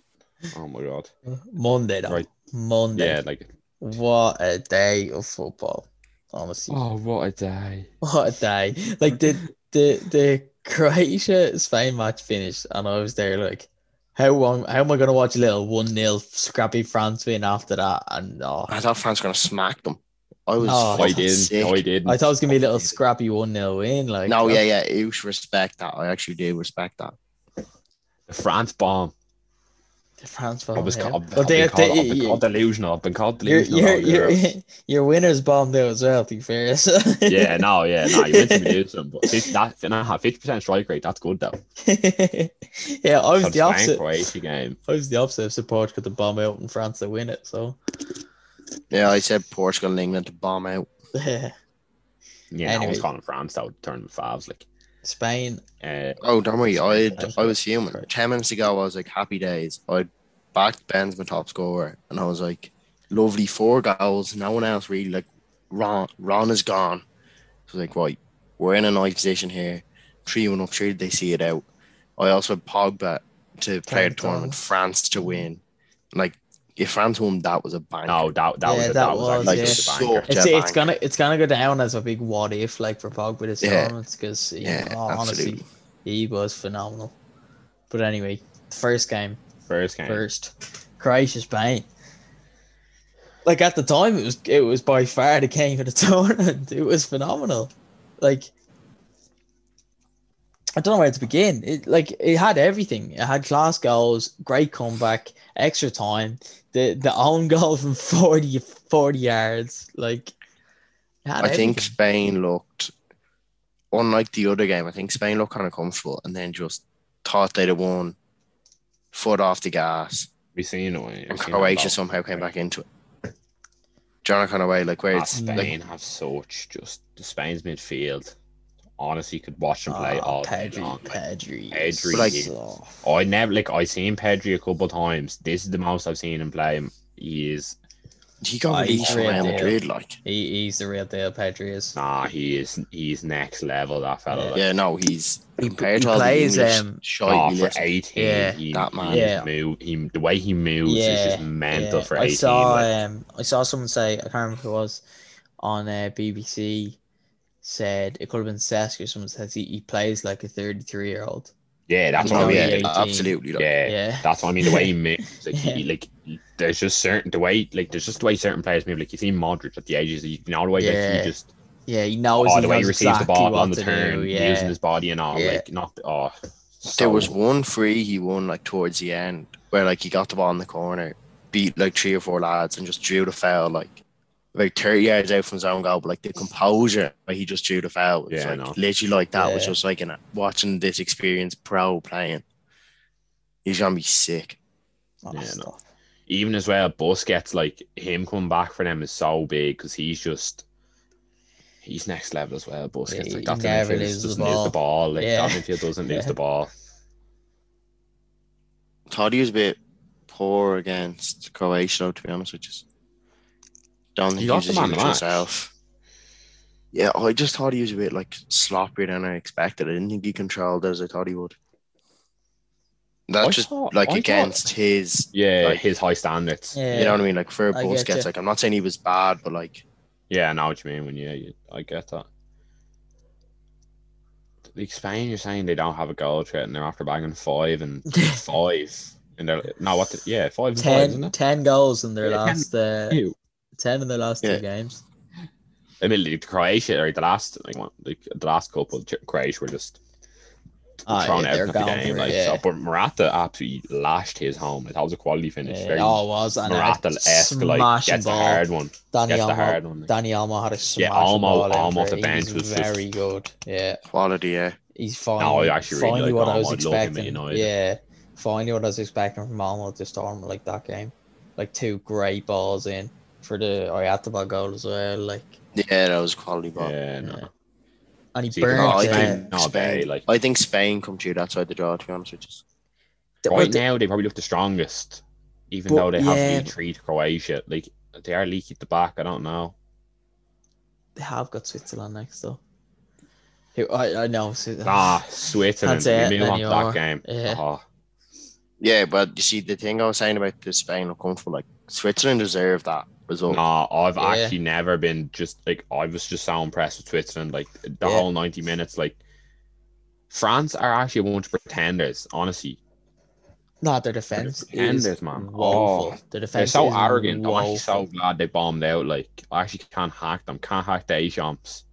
A: oh my god!
C: Monday, though.
A: Right.
C: Monday.
A: Yeah, like
C: What a day of football. Honestly.
A: oh, what a day!
C: What a day. Like the the the Croatia Spain match finished and I was there like how long how am I gonna watch a little one 0 scrappy France win after that and oh,
B: I thought France were Ah, gonna smack them. I was
C: No.
A: I
B: fucking
A: didn't.
B: sick.
A: I didn't.
C: I thought it was gonna be a little scrappy one 0 win like
B: no,
C: that-
B: yeah, yeah. You should respect that. I actually do respect that.
A: The France bomb.
C: the oh, France
A: I was,
C: bomb, yeah.
A: called, I've,
C: Well,
A: been
C: they-
A: called, I've been
C: they-
A: called delusional. I've been called
C: Your,
A: delusional.
C: your,
A: all year.
C: your, your winner's bombed out as well, to be fair. so-
A: yeah, no, yeah, no. You meant to be delusional, but fif- that nah, fifty percent strike rate. That's good though.
C: yeah, I was
A: That's
C: the opposite.
A: Croatia game.
C: I was the opposite of support because the bomb out in France to win it. So,
B: Yeah, I said Portugal and England to bomb out.
C: yeah.
A: Yeah, no one's
C: Anyway.
A: calling France that would turn fives like.
C: Spain,
A: Uh,
B: Oh, don't worry. I
C: That's
B: I was human.
C: right.
B: Ten minutes ago, I was like happy days. I backed Ben's my top scorer, and I was like, lovely four goals. No one else really like. Ron Ron is gone. So like, right, we're in a nice position here. Three one up. Sure, they see it out. I also had Pogba to play a
C: Pogba.
B: tournament. France to win. Like, if France won, that was a bang.
A: no, that that
C: Yeah,
A: was a,
C: that
A: that was
C: was,
A: actually
B: yeah.
A: just a banker.
B: So- Jet
C: it's, it's
B: bank.
C: gonna it's gonna go down as a big what if like for Pogba this
B: Yeah.
C: tournament because
B: Yeah,
C: honestly
B: absolutely.
C: he was phenomenal. But anyway, the first game
A: First game.
C: first, Croatia Spain. Like at the time, it was it was by far the game of the tournament. It was phenomenal. Like I don't know where to begin. It like it had everything. It had class goals, great comeback, extra time, the the own goal from 40, 40 yards. Like it had
B: I think
C: everything.
B: Spain looked, unlike the other game, I think Spain looked kind of comfortable and then just thought they'd have won, foot off the gas,
A: We seen it. we
B: and
A: seen it
B: Croatia
A: about-
B: somehow came back into it. Do you know that kind of way? Like, where
A: Ah,
B: it's like,
A: Spain have such just the Spain's midfield. Honestly, could watch them play
C: Oh,
A: all day long.
C: Pedri, Pedri,
A: Pedri
C: is
B: Like-
C: soft.
A: I never like I seen Pedri a couple times. This is the most I've seen him play. He is
B: he got
C: I
B: released from
C: agree
B: Real
C: with you.
B: Madrid, like.
C: he, he's the real deal. Pedri is.
A: nah. He is he's next level. That fella. like.
B: Yeah, no, he's
C: He-
B: compared
C: he
B: to all the
C: plays,
B: English
C: um,
B: shite
A: Oh,
B: we
A: for
B: listen-
A: 18,
C: Yeah.
A: he,
B: That man.
A: he
C: Yeah.
A: move, he, the way he moves is just mental
C: yeah.
A: for
C: I
A: 18.
C: saw
A: like,
C: um, I saw someone say I can't remember who it was on uh, BBC said it could have been Cesc or someone says he, he plays like a 33 year old.
A: yeah, that's
C: he's
A: what I
B: oh,
A: mean.
B: yeah,
C: only 18.
B: absolutely. Like,
A: yeah,
C: Yeah.
A: that's what I mean. The way he moves, like, he,
C: Yeah.
A: like there's just certain the way, like there's just the way certain players move. Like you see Modric at the ages, you know the way like,
C: Yeah.
A: he just
C: Yeah, he knows
A: oh,
C: he
A: the way he
C: knows
A: receives
C: exactly
A: the ball
C: what
A: on the
C: to
A: turn,
C: do. Yeah.
A: using his body and all.
C: Yeah.
A: Like not oh,
B: There
A: so-
B: was one free he won like towards the end where like he got the ball in the corner, beat like three or four lads and just drew the foul like about 30 yards out from his own goal. But like the composure where he just drew the foul, was,
A: Yeah, I
B: like,
A: know.
B: literally like that was
C: Yeah.
B: just like an, watching this experience pro playing. He's gonna be sick.
C: Oh,
A: Yeah, no.
C: stop.
A: even as well. Busquets, like him coming back for them is so big because he's just. He's next level as well, Busquets.
C: Yeah,
A: Like
C: he
A: that's
C: never
A: midfield
C: loses the
A: doesn't lose the
C: ball.
A: ball. Like
C: Yeah.
A: that midfield doesn't lose
C: Yeah.
A: the ball.
B: Thought he was a bit poor against Croatia, though, to be honest, which is don't think he
A: got
B: was
A: the
B: as
A: man of
B: huge
A: the match.
B: himself. Yeah, oh, I just thought he was a bit like sloppier than I expected. I didn't think he controlled as I thought he would. That's
A: I
B: just
A: thought-
B: like
A: I thought-
B: against his,
A: Yeah,
B: Like-
A: his high standards. Yeah.
C: Yeah.
B: you know what I mean? Like for
C: I get ya.
B: Busquets, like I'm not saying he was bad, but like
A: I know what you mean. When you, you I get that. Like Spain, you're saying they don't have a goal threat, and they're after bagging five and five, and they're no, what? The, yeah, five and five, isn't
C: Ten,
A: it?
C: ten goals in their
A: Yeah, ten.
C: last uh,
A: Ew.
C: ten in their last
B: Yeah.
C: two games.
A: I mean, like, Croatia or the last, like, one, like the last couple, Ch- Croatia were just
C: Ah,
A: throwing
C: yeah,
A: everything
C: they're
A: at the
C: going
A: game.
C: for it,
A: Like,
C: yeah.
A: so, but Murata absolutely lashed his home. Like, that was a quality finish.
C: Yeah,
A: Very
C: oh, it was and uh,
A: Murata esque. Like,
C: smashing
A: gets the
C: ball.
A: hard one.
C: Danny
A: Gets the
C: Almo,
A: hard one. like.
C: Danny Almo had a smash
A: Yeah, Almo-
C: ball in
A: Almo
C: for
A: off the
C: it.
A: bench
C: He's
A: was just-
C: very good. Yeah,
B: Quality, yeah.
C: he's fine.
A: No, Oh, I actually really
C: finally
A: like
C: what I
A: Almo.
C: was
A: I'd love him at
C: expecting.
A: United.
C: Yeah, finally what I was expecting from Almo to storm like that game, like two great balls in for the Oyataba goal as well. Like,
B: Yeah, that was a quality ball.
A: Yeah, no.
C: yeah. and he
A: See,
C: burned.
A: no, I
C: it.
A: think- no, but,
B: Spain,
A: like-
B: I think Spain come through that side of the draw, to be honest with you.
C: The-
A: Right
C: but the-
A: now, they probably look the strongest, even
C: But,
A: though they have
C: yeah.
A: been three to Croatia. Like they are leaky at the back. I don't know.
C: they have got Switzerland next though. Who I I know. Swi-
A: Ah, Switzerland.
C: That's it,
A: We knew
C: then
A: on
C: you
A: that
C: are.
A: game.
C: Yeah.
A: Oh,
B: Yeah, but you see, the thing I was saying about the Spain look comfortable, like Switzerland deserved that result.
A: no, I've
C: Yeah.
A: actually never been just like I was just so impressed with Switzerland. Like the
C: Yeah.
A: whole ninety minutes. Like France are actually a bunch of pretenders. Honestly,
C: No, their defense
A: defenders,
C: is
A: man.
C: woeful.
A: Oh,
C: their
A: they're
C: defense
A: so
C: is
A: arrogant. I'm actually so
C: woeful.
A: glad they bombed out. Like I actually can't hack them. Can't hack the Deschamps.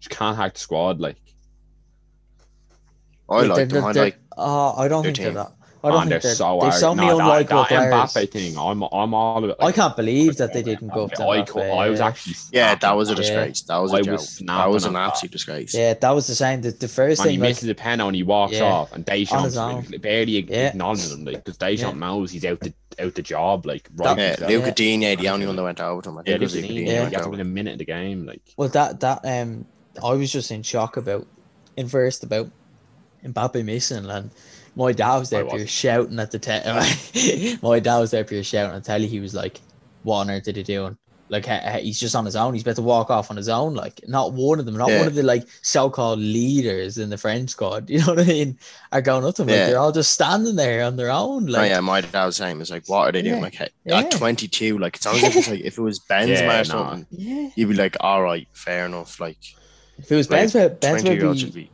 A: Just can't hack the squad. Like
B: I
C: Like,
B: like
C: they're-
B: them. I
C: they're-
B: like
C: Oh, I don't
B: their
C: think they're
B: team.
C: that. I don't
A: man,
C: think
A: they're
C: they're,
A: so
C: they're so
A: arrogant.
C: many
A: No, that,
C: unlikable
A: that
C: players.
A: Mbappe thing. I'm I'm all about.
C: I can't believe that they didn't go up to
A: I,
C: Mbappe,
A: cou- I was
C: yeah.
A: actually.
B: yeah, that was a
C: Yeah.
B: disgrace. That was a
A: I was
B: joke. that
A: snapping
B: was an
A: at that.
B: absolute disgrace.
C: Yeah, that was the same. The, the first
A: And he
C: thing, like,
A: misses a pen and he walks
C: Yeah.
A: off, and
C: On his
A: Deschamps
C: own.
A: barely ag-
C: Yeah.
A: acknowledges him, like because Deschamps
C: Yeah.
A: knows he's out the out the job, like right.
B: Yeah,
A: himself.
B: Luca Digne, the only one that went over to him. I
A: yeah,
B: think it
A: Luke
B: was Luca
A: Dean,
B: Digne.
A: yeah.
B: went
A: He has
B: over.
A: within a minute of the game, like
C: well, that that um, I was just in shock about, inversed about Mbappe missing, and my dad was
A: I
C: there here
A: was.
C: shouting at the te- My dad was there here shouting at the telly. He was like, "What on earth did he do?" Like he- he- he's just on his own. He's about to walk off on his own. Like not one of them, not
B: Yeah.
C: one of the like so-called leaders in the French squad. You know what I mean? Are going up to him. Like
B: Yeah.
C: they're all just standing there on their own.
B: Oh,
C: Like
B: yeah, my dad was saying, it's like, what are they doing?
C: Yeah.
B: Like, at
C: Yeah.
B: 22, like, it sounds like it's like if it was Benzema
A: Yeah,
B: or
A: no.
B: something,
C: yeah.
B: you'd be like, all right, fair enough. Like,
C: If it was
B: Like,
C: Benzema,
B: 20 year
C: Benzema
B: old
C: be
B: should be.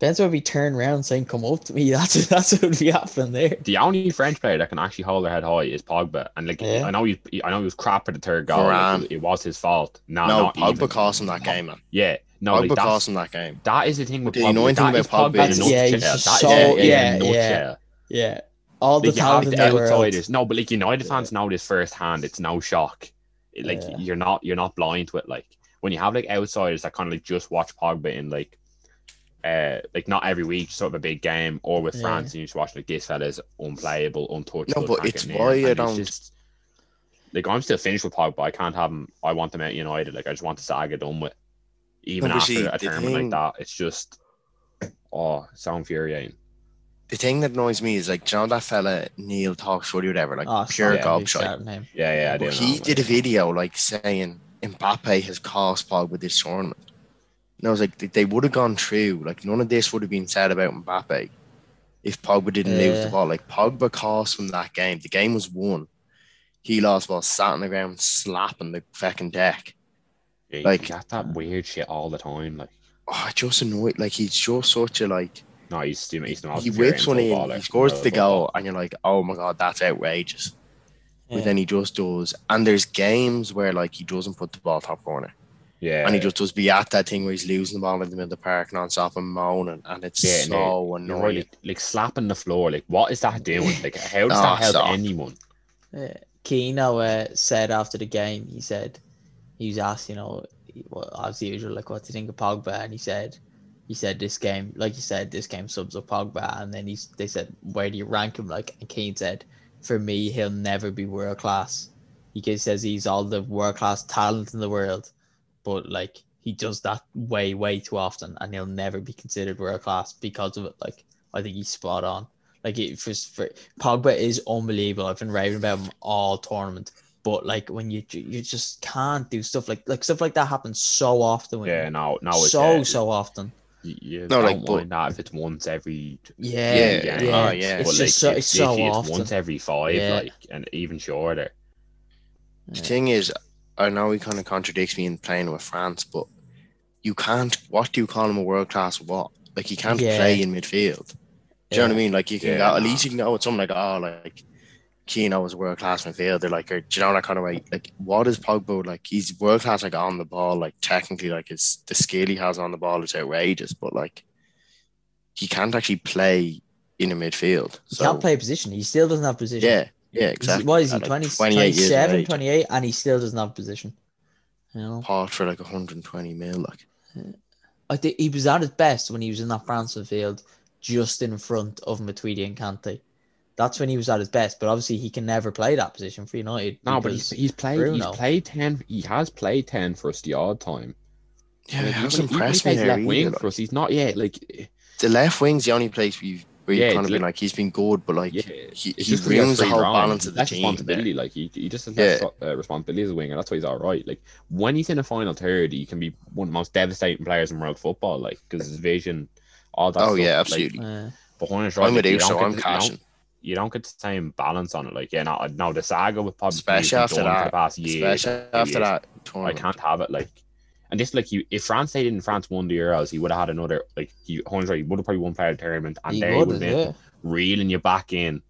C: Benzema be turned around saying, "Come up to me." That's that's what would be happening there.
A: the only French player that can actually hold their head high is Pogba, and like
C: Yeah.
A: I know he, I know he was crap at the third goal.
B: Varane.
A: like, it was his fault. No,
B: No,
A: not even.
B: Pogba cost him that game, man.
A: Yeah, no, like,
B: Pogba
A: that's-
B: cost him that game.
A: That is the thing with
B: The
A: Pogba.
B: annoying thing
A: That is
B: about Pogba
A: Pogba in
B: is-
A: a nutshell.
C: Yeah,
A: That
C: he's just
A: is
C: so-
A: Pogba in a
C: yeah, yeah.
A: nutshell.
C: Yeah, all the
A: Like, you have
C: talent in
A: the
C: the world.
A: outsiders. No, but like United fans know this firsthand. It's no shock. It, like
C: Yeah.
A: you're not you're not blind to it. Like when you have like outsiders that kind of like just watch Pogba in like. Uh, like not every week, sort of a big game, or with
C: Yeah.
A: France, and you just watch like this fella's unplayable, untouchable.
B: No, but
A: can't
B: it's
A: get near
B: why
A: him, and
B: I
A: it's
B: don't-
A: Just, like I'm still finished with Pogba. I can't have him. I want him at United. Like I just want the saga done with. Even
B: No, but
A: after
B: see,
A: a
B: the
A: tournament
B: thing-
A: like that, it's just oh, so infuriating.
B: The thing that annoys me is, like, do you know that fella, Neil Talksworthy, whatever, like,
C: Oh,
B: pure
C: sorry, we
B: gobshite.
C: started him.
A: Yeah, yeah, I do.
B: But he
A: know,
B: did a video, like, saying Mbappe has cost Pogba this tournament. And I was like, they- they would have gone through. Like, none of this would have been said about Mbappe if Pogba didn't lose
C: Yeah.
B: the ball. Like, Pogba cost him that game. The game was won. He lost while sat on the ground slapping the fucking deck.
A: Yeah,
B: like-
A: he's got that weird shit all the time. Like,
B: Oh, it just annoyed. Like, he's just such a, like,
A: no, he's the he's the most
B: he whips one
A: infuriating
B: in,
A: footballer.
B: he scores the goal,
A: Football.
B: and you're like, oh my god, that's outrageous.
C: Yeah.
B: But then he just does, and there's games where like he doesn't put the ball top corner,
A: Yeah,
B: and he just does be at that thing where he's losing the ball in the middle of the park non-stop and moaning, and it's
A: Yeah,
B: so
A: You're
B: annoying.
A: right, like, like slapping the floor. Like, what is that doing? Like, how does
B: Oh,
A: that help
B: stop.
A: anyone?
C: Yeah. Keno uh, said after the game, he said, he was asked, you know, well, as usual, like, what do you think of Pogba? And he said, he said this game, like you said, this game subs up Pogba. And then he's, they said, where do you rank him? Like, and Keane said, for me, he'll never be world class. He ca- says he's all the world class talent in the world, but like he does that way, way too often, and he'll never be considered world class because of it. Like, I think he's spot on. Like, it for, for Pogba is unbelievable. I've been raving about him all tournament. But like when you you just can't do stuff like like stuff like that happens so often. With
A: Yeah,
C: him.
A: no, no, it's,
C: so
A: uh,
C: so often.
A: You, you
B: No,
A: don't
B: like, but-
A: mind that if it's once every.
C: Yeah,
B: Yeah,
C: yeah,
B: yeah. Oh, yeah.
C: yeah.
A: But,
C: It's
A: like,
C: just so, it's so
A: literally, it's
C: often.
A: once every five,
C: Yeah.
A: like, and even shorter.
B: The
C: Yeah.
B: thing is, I know he kind of contradicts me in playing with France, but you can't. What do you call him a world class? What like he can't
C: Yeah.
B: play in midfield. Do you know what I mean? Like you can
A: Yeah,
B: go, at
A: nah.
B: least you can go with something like, oh, like Keane was a world class midfielder. Like, or, do you know that kind of way? Like, what is Pogba like? He's world class, like on the ball. Like technically, like it's the skill he has on the ball is outrageous. But like, he can't actually play in a midfield.
C: He
B: So
C: can't play position. He still doesn't have position.
B: yeah, yeah,
C: He's-
B: exactly.
C: What is he,
B: At, like,
C: 20,
B: 28 years of
C: 27,
B: age.
C: 28, and he still doesn't have position. You know,
B: Part for like 120 mil, like
C: I think he was at his best when he was in that Branson field, just in front of Matuidi and Kante. That's when he was at his best. But obviously, he can never play that position for United.
A: No, but he's,
C: because-
A: he's played.
C: Bruno.
A: He's played ten. He has played ten for us the odd time.
B: yeah,
A: Like,
B: it
A: even-
B: hasn't
A: even
B: impressed me
A: plays
B: there
A: left
B: either,
A: wing
B: like.
A: for us. He's not yet like.
B: The left wing's the only place we've where you've
A: Yeah,
B: kind of
A: it's
B: been
A: like-
B: like he's been good, but like
A: Yeah,
B: he,
A: it's
B: he
A: because he has
B: ruins the
A: free
B: whole
A: rein.
B: balance of the
A: Less
B: team.
A: responsibility.
B: there.
A: Like he, he just has less uh, responsibility as a winger. That's why he's all right. Like when he's in a final third, he can be one of the most devastating players in world football. Like because his vision, all that.
B: Oh
A: stuff,
B: yeah,
A: like,
B: absolutely.
C: uh,
A: behind his right,
B: I'm with
A: like,
B: you,
A: don't
B: so
A: get
B: I'm
A: the- you don't-
B: cashing.
A: You don't get the same balance on it. Like yeah, no, no the saga with probably
B: Especially after
A: for the
B: that.
A: past year.
B: Especially after
A: years.
B: that
A: I
B: tournament.
A: can't have it. Like, and just like you, if France stayed in France won the Euros, he would have had another like he, hundred. He would have probably won player of the tournament, and
C: he
A: there he
C: would
A: would have
C: have,
A: been
C: yeah.
A: reeling you back in.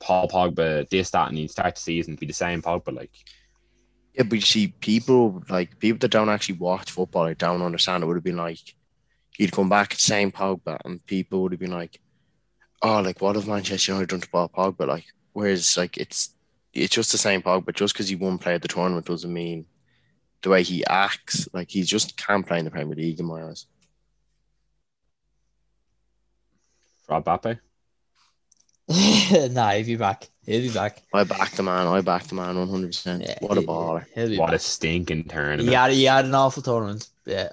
A: Paul Pogba, this, that, and you start the season be the same Pogba. Like,
B: Yeah, but you see, people like people that don't actually watch football, I don't understand. It would have been like he'd come back at same Pogba, and people would have been like, "Oh, like what have Manchester United done to Paul Pogba?" Like, whereas like it's it's just the same Pogba. Just because he won player of the tournament doesn't mean the way he acts. Like he just can't play in the Premier League in my eyes.
A: Rob Bappe.
C: nah, he'll be back. He'll be back.
B: I back the man. I back the man one hundred percent.
C: Yeah,
B: What a
C: he-
B: baller!
C: He'll be
A: What a
C: back.
A: stinking tournament.
C: He had, he had an awful tournament. Yeah.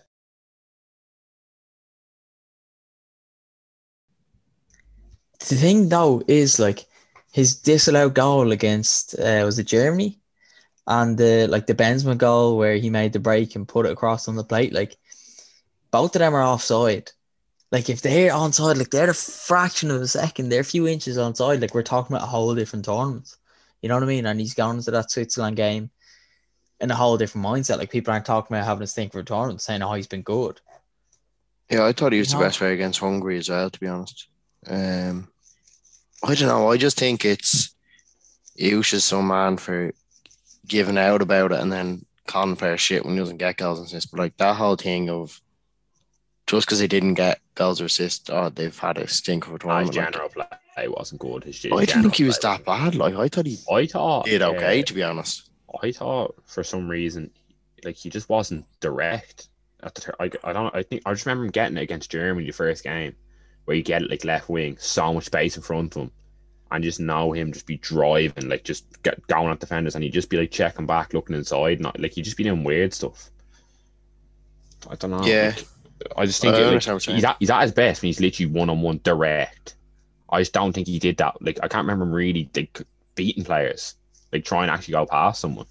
C: The thing though is like his disallowed goal against uh, was it Germany, and the like the Benzema goal where he made the break and put it across on the plate. Like both of them are offside. Like if they're onside, like they're a fraction of a second, they're a few inches onside. Like we're talking about a whole different tournament. You know what I mean? And he's gone into that Switzerland game in a whole different mindset. Like people aren't talking about having a stink for a tournament, saying, "Oh, he's been good."
B: Yeah, I thought he was the
C: No.
B: best player against Hungary as well, to be honest. Um, I don't know. I just think it's Ush's some man for giving out about it and then calling players shit when he doesn't get goals and assists. But like that whole thing of just because they didn't get goals or assists, oh, they've had a stink of a
A: Nah, his
B: tournament. Like,
A: general play wasn't good. His
B: I didn't
A: general
B: think he was
A: play
B: that bad. Like I thought he
A: I thought
B: did
A: uh,
B: okay, to be honest.
A: I thought for some reason, like he just wasn't direct at the. Tur- I, I don't. I think I just remember him getting it against Germany the first game, where you get it like left wing, so much space in front of him, and just know him just be driving, like just get going at defenders, and he'd just be like checking back, looking inside, not like he'd just be doing weird stuff. I don't know.
B: Yeah.
A: like, I just think
B: I
A: it, like,
B: understand what you're
A: he's
B: saying.
A: at, he's at his best when he's literally one on one direct. I just don't think he did that. Like I can't remember him really like, beating players, like trying to actually go past someone.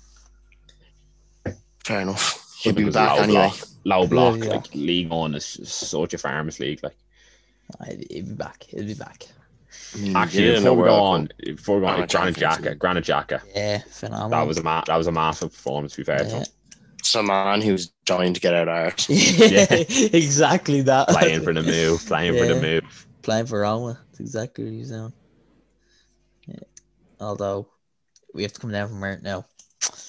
B: Fair enough. He'll
A: Because
B: be back
A: low
B: anyway.
A: Block, low block,
C: yeah.
A: like league on is such a farmers league. Like
C: Nah, He'll he'll be back. He'll be back.
B: I mean,
A: actually,
B: yeah,
A: before
B: no
A: we go
B: World
A: on,
B: Cup.
A: before we go on,
B: Granit
A: Granit
B: Xhaka,
A: Xhaka, Granit Xhaka.
C: Yeah, phenomenal.
A: That was a ma- that was a massive performance. To be fair, to
C: yeah.
A: him.
B: some man who's trying to get out of Arsenal.
C: exactly that.
A: playing for the move, playing for the
C: Yeah.
A: move.
C: Playing for Roma. That's exactly what he's doing. Yeah. Although we have to come down from right now.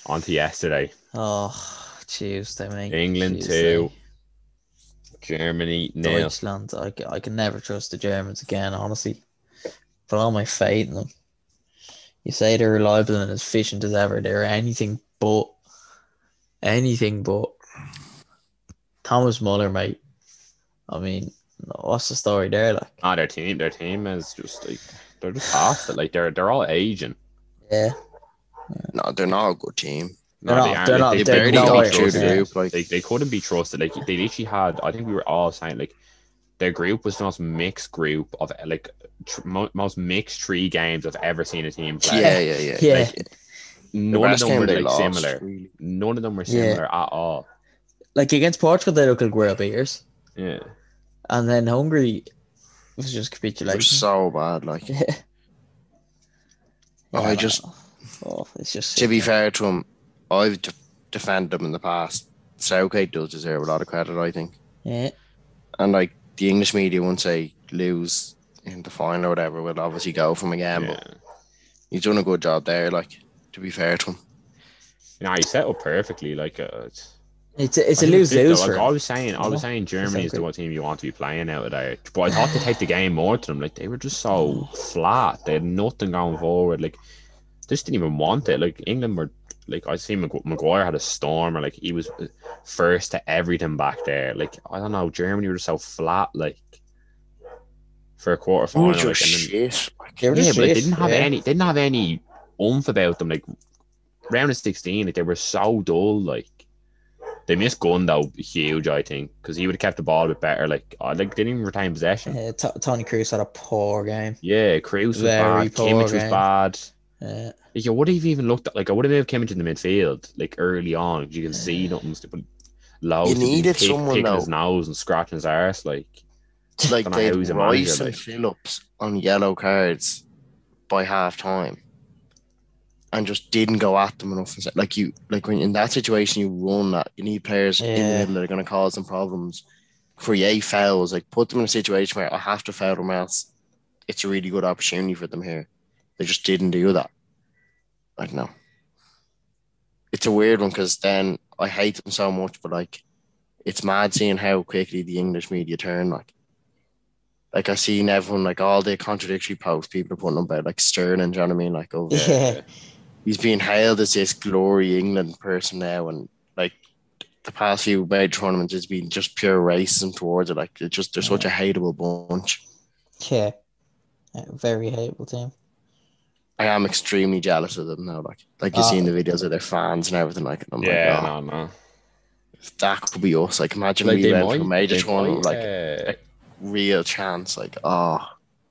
A: On to yesterday,
C: Oh, Tuesday, mate.
A: England
B: eh.
C: Tuesday.
A: two, Germany nil.
C: Deutschland. I, c- I can never trust the Germans again, honestly. Put all my faith in them. You say they're reliable and efficient as ever. They're anything but. Anything but. Thomas Muller, mate. I mean, what's the story there? Like,
A: Ah, their team, their team is just like they're just past it. Like they're they're all aging.
C: yeah,
B: No, they're not a good team.
A: No,
C: They're
A: they
C: not-
A: aren't. Like,
C: they're not-
B: They
A: they-
C: Oh, they're
B: barely
A: couldn't be
C: nowhere
B: got through the
A: trusted.
C: near.
B: group. Like,
A: They, they couldn't be trusted. Like they literally had. I think we were all saying like their group was the most mixed group of like tr- mo- most mixed three games I've ever seen a team play.
B: yeah, yeah, yeah.
C: Yeah.
B: Like, the
A: None of
B: rest
A: them
B: game
A: were
B: they
A: like
B: lost.
A: similar.
B: really.
A: None of them were
C: Yeah.
A: similar at all.
C: like against Portugal, they look like world beaters,
A: Yeah,
C: and then Hungary was just
B: They were
C: capitulation.
B: so bad. Like,
C: Yeah.
B: Oh, I
C: Yeah,
B: just-
C: oh, it's just
B: to be fair to him, I've de- defended them in the past. Southgate does deserve a lot of credit, I think.
C: yeah,
B: And like the English media, once they lose in the final or whatever, will obviously go from again.
A: yeah.
B: But he's done a good job there. Like, to be fair to him,
A: No, he set up perfectly. Like uh, it's-
C: It's a, it's
A: I
C: a
A: think
C: lose
A: it did, though.
C: lose
A: Like,
C: for
A: I
C: him.
A: was saying, I was
C: No,
A: saying Germany is the
C: okay.
A: one team you want to be playing out of there. But I thought to take the game more to them. Like they were just so flat. They had nothing going forward. Like they just didn't even want it. Like England were. Like I see Mag- Maguire had a storm, or like he was uh, first to everything back there. Like I don't know, Germany were just so flat. Like for a quarter
B: Oh,
A: final, like,
B: just
A: and then-
B: shit.
C: They were
A: yeah,
C: just
A: but they
C: shit,
A: didn't have
C: yeah.
A: any. They didn't have any oomph about them. Like round of sixteen, like they were so dull. Like they missed Gun though, huge. I think because he would have kept the ball a bit better. Like I like they didn't even retain possession.
C: Yeah, T- Tony Cruz had a poor game.
A: Yeah, Cruz was
C: Very
A: bad.
C: poor
A: Kimmich was
C: game.
A: bad.
C: Yeah.
A: Like I would have even looked at. Like I would have moved Kimmich in the midfield. Like early on, you can see nothing. But low,
B: needed someone,
A: picking his
B: though.
A: nose and scratching his arse. Like
B: Like
A: Dunno
B: they
A: how he's a
B: had Rice
A: manager,
B: and
A: like.
B: Phillips on yellow cards by half time, and just didn't go at them enough. It's Like you, like when in that situation, you run that you need players in the
C: Yeah.
B: middle that are going to cause them problems, create fouls, like put them in a situation where I have to foul them else. It's a really good opportunity for them here. They just didn't do that. I don't know. It's a weird one because then I hate them so much, but like it's mad seeing how quickly the English media turn. Like, like I seen everyone like all the contradictory posts people are putting up about like Sterling. Do you know what I mean? Like, oh,
C: Yeah.
B: he's being hailed as this glory England person now, and like the past few major tournaments, it's been just pure racism towards it. Like, it's just they're such a hateable bunch.
C: Yeah. Yeah, Very hateable team.
B: I am extremely jealous of them now. Like, like you've
C: Ah.
B: seen the videos of their fans and everything. Like, and I'm
A: yeah,
B: like, oh,
A: no, no.
B: if that could be us. Like, imagine we went from a major tournament, like
A: uh,
B: real chance. Like, oh,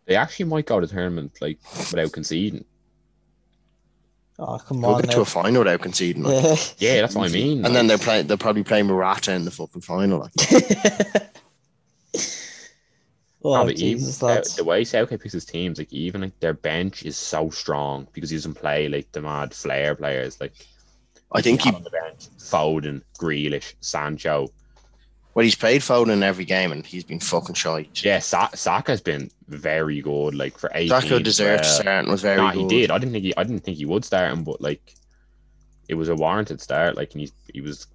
A: they actually might go to the tournament like without conceding.
C: Oh, come
B: we'll
C: on.
B: get to
C: now.
B: a final without conceding. Like,
C: Yeah.
A: Yeah, that's what I mean.
B: And then
A: like,
B: they're playing. They're probably playing Murata in the fucking final. Like,
C: oh,
A: probably
C: Jesus,
A: even
C: lads.
A: the way Southgate picks his teams, like even like their bench is so strong because he doesn't play like the mad flair players like
B: I think
A: he
B: he.
A: had on the bench Foden, Grealish, Sancho.
B: Well, he's played Foden in every game, and he's been fucking shite.
A: Yeah, Sa- Saka's been very good. Like for eight.
B: Sacco deserved to start and was very
A: Nah,
B: good.
A: he did. I didn't think he. I didn't think he would start him, but like, it was a warranted start. Like, and he he was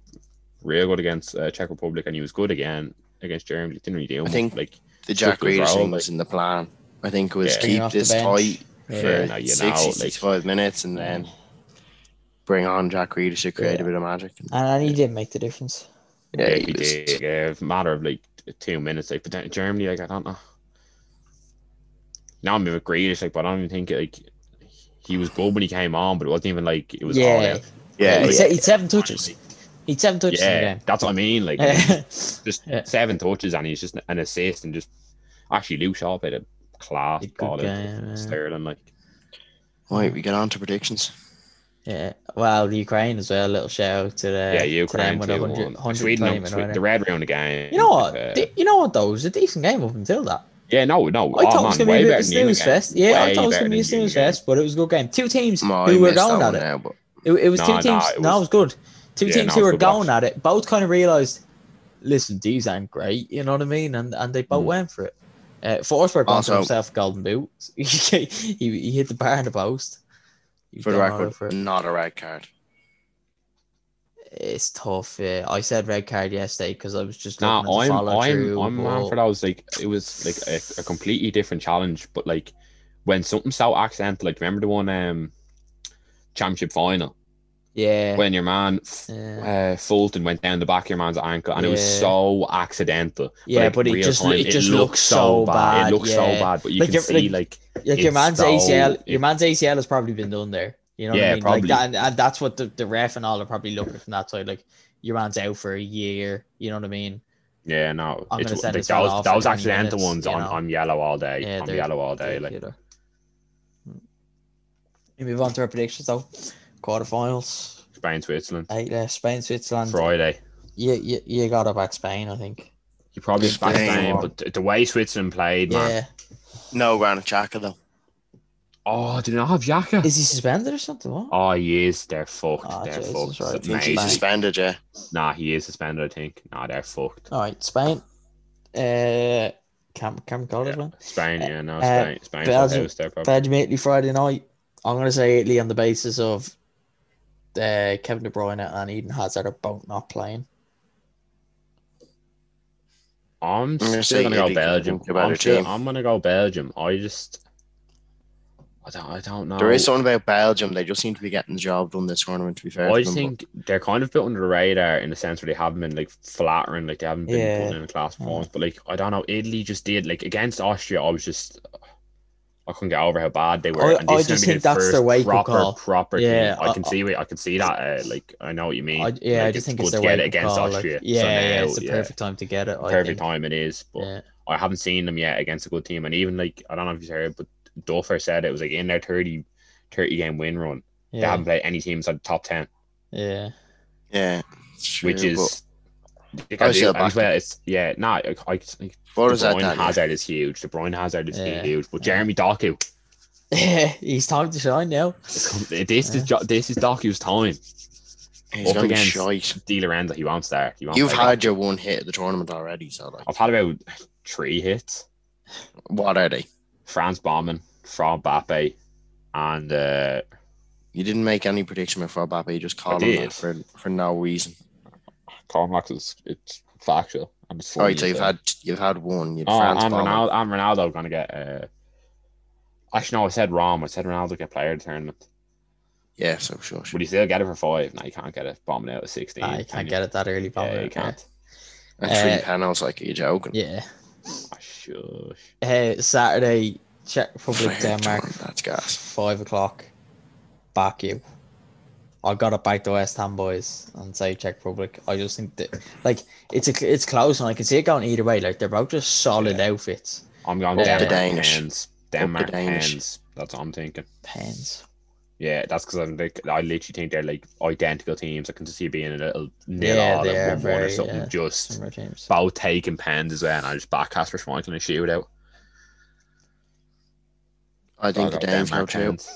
A: real good against uh, Czech Republic, and he was good again against Germany. Didn't really do
B: I
A: much.
B: think
A: like,
B: The Jack
A: Took his
B: Grealish
A: role,
B: thing
A: like-
B: was in the plan. I think it was
A: Yeah.
C: Bring him
B: keep
C: off the
B: this
C: bench.
B: tight
C: Yeah.
B: for
A: now, you know,
B: 60,
A: like-
B: 65 minutes, and then bring on Jack Grealish to create a bit of magic.
C: And, and he did make the difference.
A: yeah,
B: he
A: he
B: was-
A: did. Yeah, a matter of like two minutes. Like, but then Germany, like, I don't know. Now I'm with Grealish, like, but I don't even think like he was good when he came on, but it wasn't even like it was all
C: yeah.
A: out.
B: Yeah,
C: He'd
B: yeah.
C: se- he'd seven touches. He'd seven touches
A: Yeah,
C: in
A: that's what I mean. Like,
C: the game.
A: just
C: Yeah.
A: seven touches and he's just an assist and just actually Luke Shaw played a class
C: A good
A: ball
C: game, yeah.
A: into Sterling like
B: Right, we get on to predictions.
C: yeah. Well, the Ukraine as well. A little shout out to
A: yeah
C: the to them
A: Ukraine
C: with
A: two
C: 100,
A: one
C: 120
A: Sweden
C: minute
A: Swe- the
C: winner.
A: red round again.
C: You know what?
A: Uh,
C: Di- you know what though? It was a decent game up until that.
A: yeah, no, no.
C: I
A: oh,
C: thought it was
A: man,
C: gonna
A: way
C: be a
A: better than
C: bit of a
A: the
C: snooze
A: England game.
C: fest. Yeah, I
A: Way
C: thought it was
A: better
C: gonna
A: than
C: be a
A: the Union
C: snooze
A: game.
C: fest, but it was a good game. Two teams
B: No, I
C: who were
B: missed that
C: going at
B: one
C: it.
B: now, but
C: It, it was
A: Nah,
C: two
A: nah,
C: teams.
A: it
C: no,
A: was-
C: it was good. Two
A: Yeah,
C: teams
A: no,
C: who
A: it was
C: were
A: good watch.
C: going at it. Both kind of realized, listen, these aren't great. You know what I mean? And and they both
A: Mm.
C: went for it. Uh, Forsberg got
B: Also-
C: himself a golden boot. he, he hit the bar in the post. He was
B: for the
C: going all
B: record,
C: over it.
B: not a red card.
C: it's tough. Yeah, I said red card yesterday because I was just
A: Nah,
C: looking at the
A: I'm
C: follow
A: I'm
C: through,
A: I'm man
C: but-
A: for that was like it was like a, a completely different challenge, but like when something so accidental, like remember the one um championship final
C: Yeah.
A: when your man
C: yeah.
A: uh, Fulton went down the back of your man's ankle, and it was
C: Yeah.
A: so accidental.
C: Yeah,
A: like,
C: but it
A: real
C: just
A: time,
C: it just looks so bad.
A: It looks so
C: yeah.
A: bad, but you
C: Like,
A: can
C: you're-
A: see like,
C: Like your
A: It's
C: man's
A: so-
C: ACL, your
A: it-
C: man's ACL has probably been done there. You know what
A: Yeah,
C: I mean?
A: probably.
C: Like that, and, and that's what the, the ref and all are probably looking from that side. Like your man's out for a year. You know what I mean?
A: yeah, no,
C: I'm
A: it's
C: gonna send
A: like,
C: this fella
A: those
C: off
A: those
C: for 10
A: accidental ones
C: minutes, you
A: on
C: know.
A: on yellow all day,
C: Yeah,
A: on
C: they're-
A: yellow all day. Like
C: Ridiculous. Hmm. we move on to our predictions though. Quarterfinals.
A: Spain, Switzerland,
C: Eight left. Spain, Switzerland.
A: Friday.
C: You, you, you got to back Spain, I think.
A: You probably
B: Spain
A: back Spain,
B: won.
A: but th- the way Switzerland played, man.
C: Yeah.
B: No Granit Xhaka though.
A: Oh, do they not have Xhaka?
C: Is he suspended or something? What?
A: Oh, he is. They're fucked.
C: Ah,
A: they're
C: Jesus,
A: fucked.
C: right. I
B: I think he's
A: Amazing.
B: suspended. Yeah,
A: Nah, he is suspended. I think. Nah, they're fucked.
C: All right, Spain. Uh, Cam Cam Collins,
A: Yeah.
C: man.
A: Spain, yeah, no,
C: uh,
A: Spain, Spain's uh,
C: Belgium-
A: house there probably.
C: Bad Italy Friday night. I'm gonna say Italy on the basis of uh, Kevin De Bruyne and Eden Hazard are both not playing.
A: I'm
B: gonna
A: still
B: say
A: gonna go
B: Italy 'cause I
A: Belgium.
B: think they're a
A: I'm,
B: better
A: still-
B: team.
A: I'm gonna go Belgium. I just, I don't, I don't know.
B: There is something about Belgium. They just seem to be getting the job done this tournament. To be fair,
A: I
B: to them,
A: think they're kind of built under the radar in the sense where they haven't been like flattering, like they haven't been
C: Yeah. Mm.
A: putting in class performance. But like I don't know, Italy just did like against Austria. I was just I couldn't get over how bad they were.
C: I-
A: and this
C: I
A: is gonna
C: just
A: be
C: think that's
A: first
C: their wake-up
A: proper,
C: call.
A: Proper
C: Yeah,
A: team. I,
C: I-
A: can see it. I can see that. Uh, like I know what you mean.
C: I, yeah, I
A: Like,
C: just
A: it's
C: think
A: good
C: it's
A: to
C: their
A: get
C: way
A: it
C: to
A: against
C: call. like-
A: Austria. So
C: yeah, yeah,
A: now,
C: it's the
A: yeah.
C: perfect time to get it. I
A: perfect
C: think.
A: time it is. But
C: Yeah.
A: I haven't seen them yet against a good team. And even like I don't know if you heard, but Duffer said it was like in their 30, 30 game win run. They
C: Yeah.
A: haven't played any teams at the top ten.
C: yeah.
B: Yeah, it's true,
A: which is you
B: I
A: can't
B: still
A: do it.
B: back
A: as well. It's yeah, no, I, I think
B: but what is
A: De
B: that?
A: Bruyne
B: Danny?
A: Hazard is huge. De Bruyne Hazard is
C: Yeah,
A: huge. But
C: yeah.
A: Jeremy Doku,
C: He's time to shine now.
A: this
C: Yeah.
A: is jo- this is Doku's time.
B: He's
A: up
B: gonna be
A: against-
B: shite.
A: Di Lorenzo, he won't start. He won't
B: You've
A: play.
B: had your one hit at the tournament already, so like,
A: I've had about three hits:
B: what are they?
A: Franz Baumann, Fran Bappe, and uh,
B: You didn't make any prediction before Bappe. You just called him
A: did.
B: that for for no reason.
A: Cormac is it's factual. And it's
B: All right, so
A: funny,
B: Oh, you've had you've had one. You've
A: Oh,
B: France
A: and
B: bombing.
A: Ronaldo, and Ronaldo gonna get. Uh, actually, no, I said Rom. I said Ronaldo get player of the tournament.
B: Yeah, so sure. sure.
A: Would he still get it for five? No, you can't get it bombing out at sixteen.
C: Nah, you
A: can
C: can't get it that early, probably.
A: Yeah, you can't.
B: And
C: Uh,
B: three panels, like, are you joking?
C: Yeah.
A: Oh, shush.
C: Uh, Saturday, Czech Republic,
A: uh,
B: Fair
C: Denmark,
B: time, That's gas.
C: five o'clock. Back you. I got to back the West Ham boys and say Czech Republic. I just think that like it's a, it's close and I can see it going either way. Like they're both just solid outfits.
A: I'm going
B: Up the
A: Denmark
B: Danish.
A: pens. Denmark
B: Danish.
A: pens. That's what I'm thinking.
C: Pens.
A: Yeah, that's because I'm like, I literally think they're like identical teams. I can just see it being a little nil
C: Yeah,
A: all
C: they are
A: and one one or
C: very,
A: something.
C: yeah.
A: Just
C: Similar teams.
A: both taking pens as well, and I just back Casper Schmeichel and shoot it out.
B: I think
A: I'll
B: the
A: go uh,
B: Danes go
A: Denmark
B: too.
A: pens.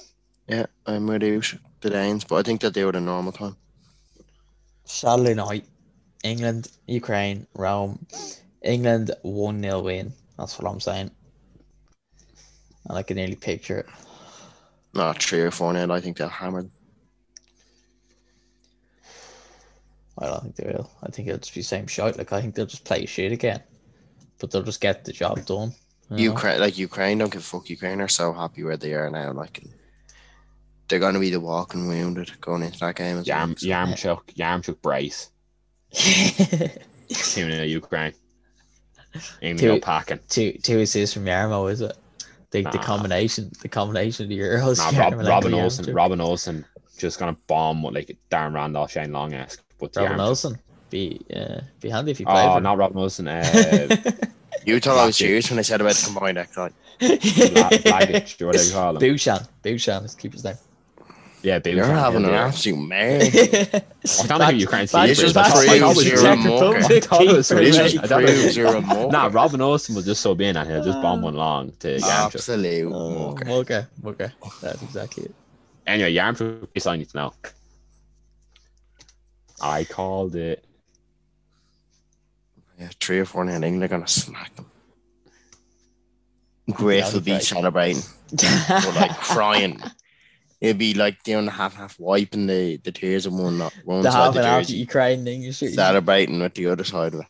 B: Yeah, I'm with you. The Danes, but I think that they were the normal time.
C: Saturday night, England, Ukraine, Rome. England 1 0 win. That's what I'm saying. And I can nearly picture it.
B: No, three or four nil. I think they'll hammer them.
C: I don't think they will. I think it'll just be the same shot. Like, I think they'll just play shit again. But they'll just get the job done. you know?
B: Ukraine, like Ukraine, don't give a fuck. Ukraine are so happy where they are now. Like, and they're going to be the walking wounded going into that game. As
A: Yam
B: well. So,
A: Yarmchuk Yarmchuk brace. Two nil Ukraine. England
C: Two-
A: go packing.
C: two, two assists from Yarmo, is it? The, the
A: Nah.
C: combination, the combination of the Euros.
A: Nah, Rob, Robin Olsen. Robin Olsen just gonna bomb with like Darren Randolph, Shane Long esque. But
C: Robin
A: Yarmchuk-
C: Olsen. Be, uh, be handy if you play.
A: Oh,
C: for
A: not Robin Olsen. Uh,
B: you thought I was
A: Lucky.
B: serious when I said about the combined act. Like,
A: La- Lagic, or whatever you call him.
C: Bouchan. Bouchan is keeper's name.
A: Yeah, Boots.
B: you're having an
A: yeah.
B: absolute mare.
A: I don't know who Ukraine's
C: Back-
A: teacher is.
C: back-
A: I thought- I thought it
B: proves you're
A: was
B: a
A: Czech
B: mocker.
A: Republic.
C: I thought it was
A: Keeper,
B: This
C: Sweden.
A: right?
B: just
A: I don't
B: proves you're
A: know.
B: a mocker.
A: Nah, Robin Olsen will just sub in and he'll just bomb one long to
C: Ah,
A: Yarmchuk.
B: Absolute
C: Oh,
B: mocker.
C: okay, okay. That's exactly it.
A: Anyway, Yarmchuk is all you need to know. I called it.
B: Yeah, three or four nil. England are going to smack them. Griff will be
C: Right.
B: celebrating. or like crying. It'd be like doing the half half wiping the, the tears on one not one
C: the
B: side
C: half
B: of the
C: and half
B: jersey,
C: Ukraine thing. You should
B: celebrating with the other side of it.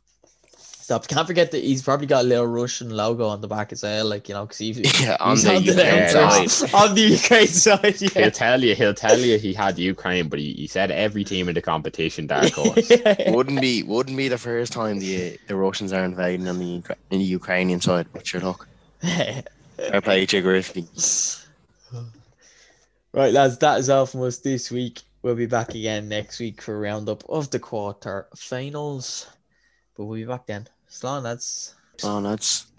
C: stop. Can't forget that he's probably got a little Russian logo on the back as well. Like you know, because he's, he's
B: Yeah, on the Ukraine
A: outside.
B: side.
C: side. on the Ukraine side.
A: He'll
C: Yeah.
A: tell you. He'll tell you he had Ukraine, but he, he said every team in the competition. Dark horse.
B: Wouldn't be wouldn't be the first time the the Russians are invading on the Ukra- in the Ukrainian side. But sure, look, I play Griffey.
C: Right, lads, that is all from us this week. We'll be back again next week for a roundup of the quarter finals. But we'll be back then. Slán, lads.
B: Oh, that's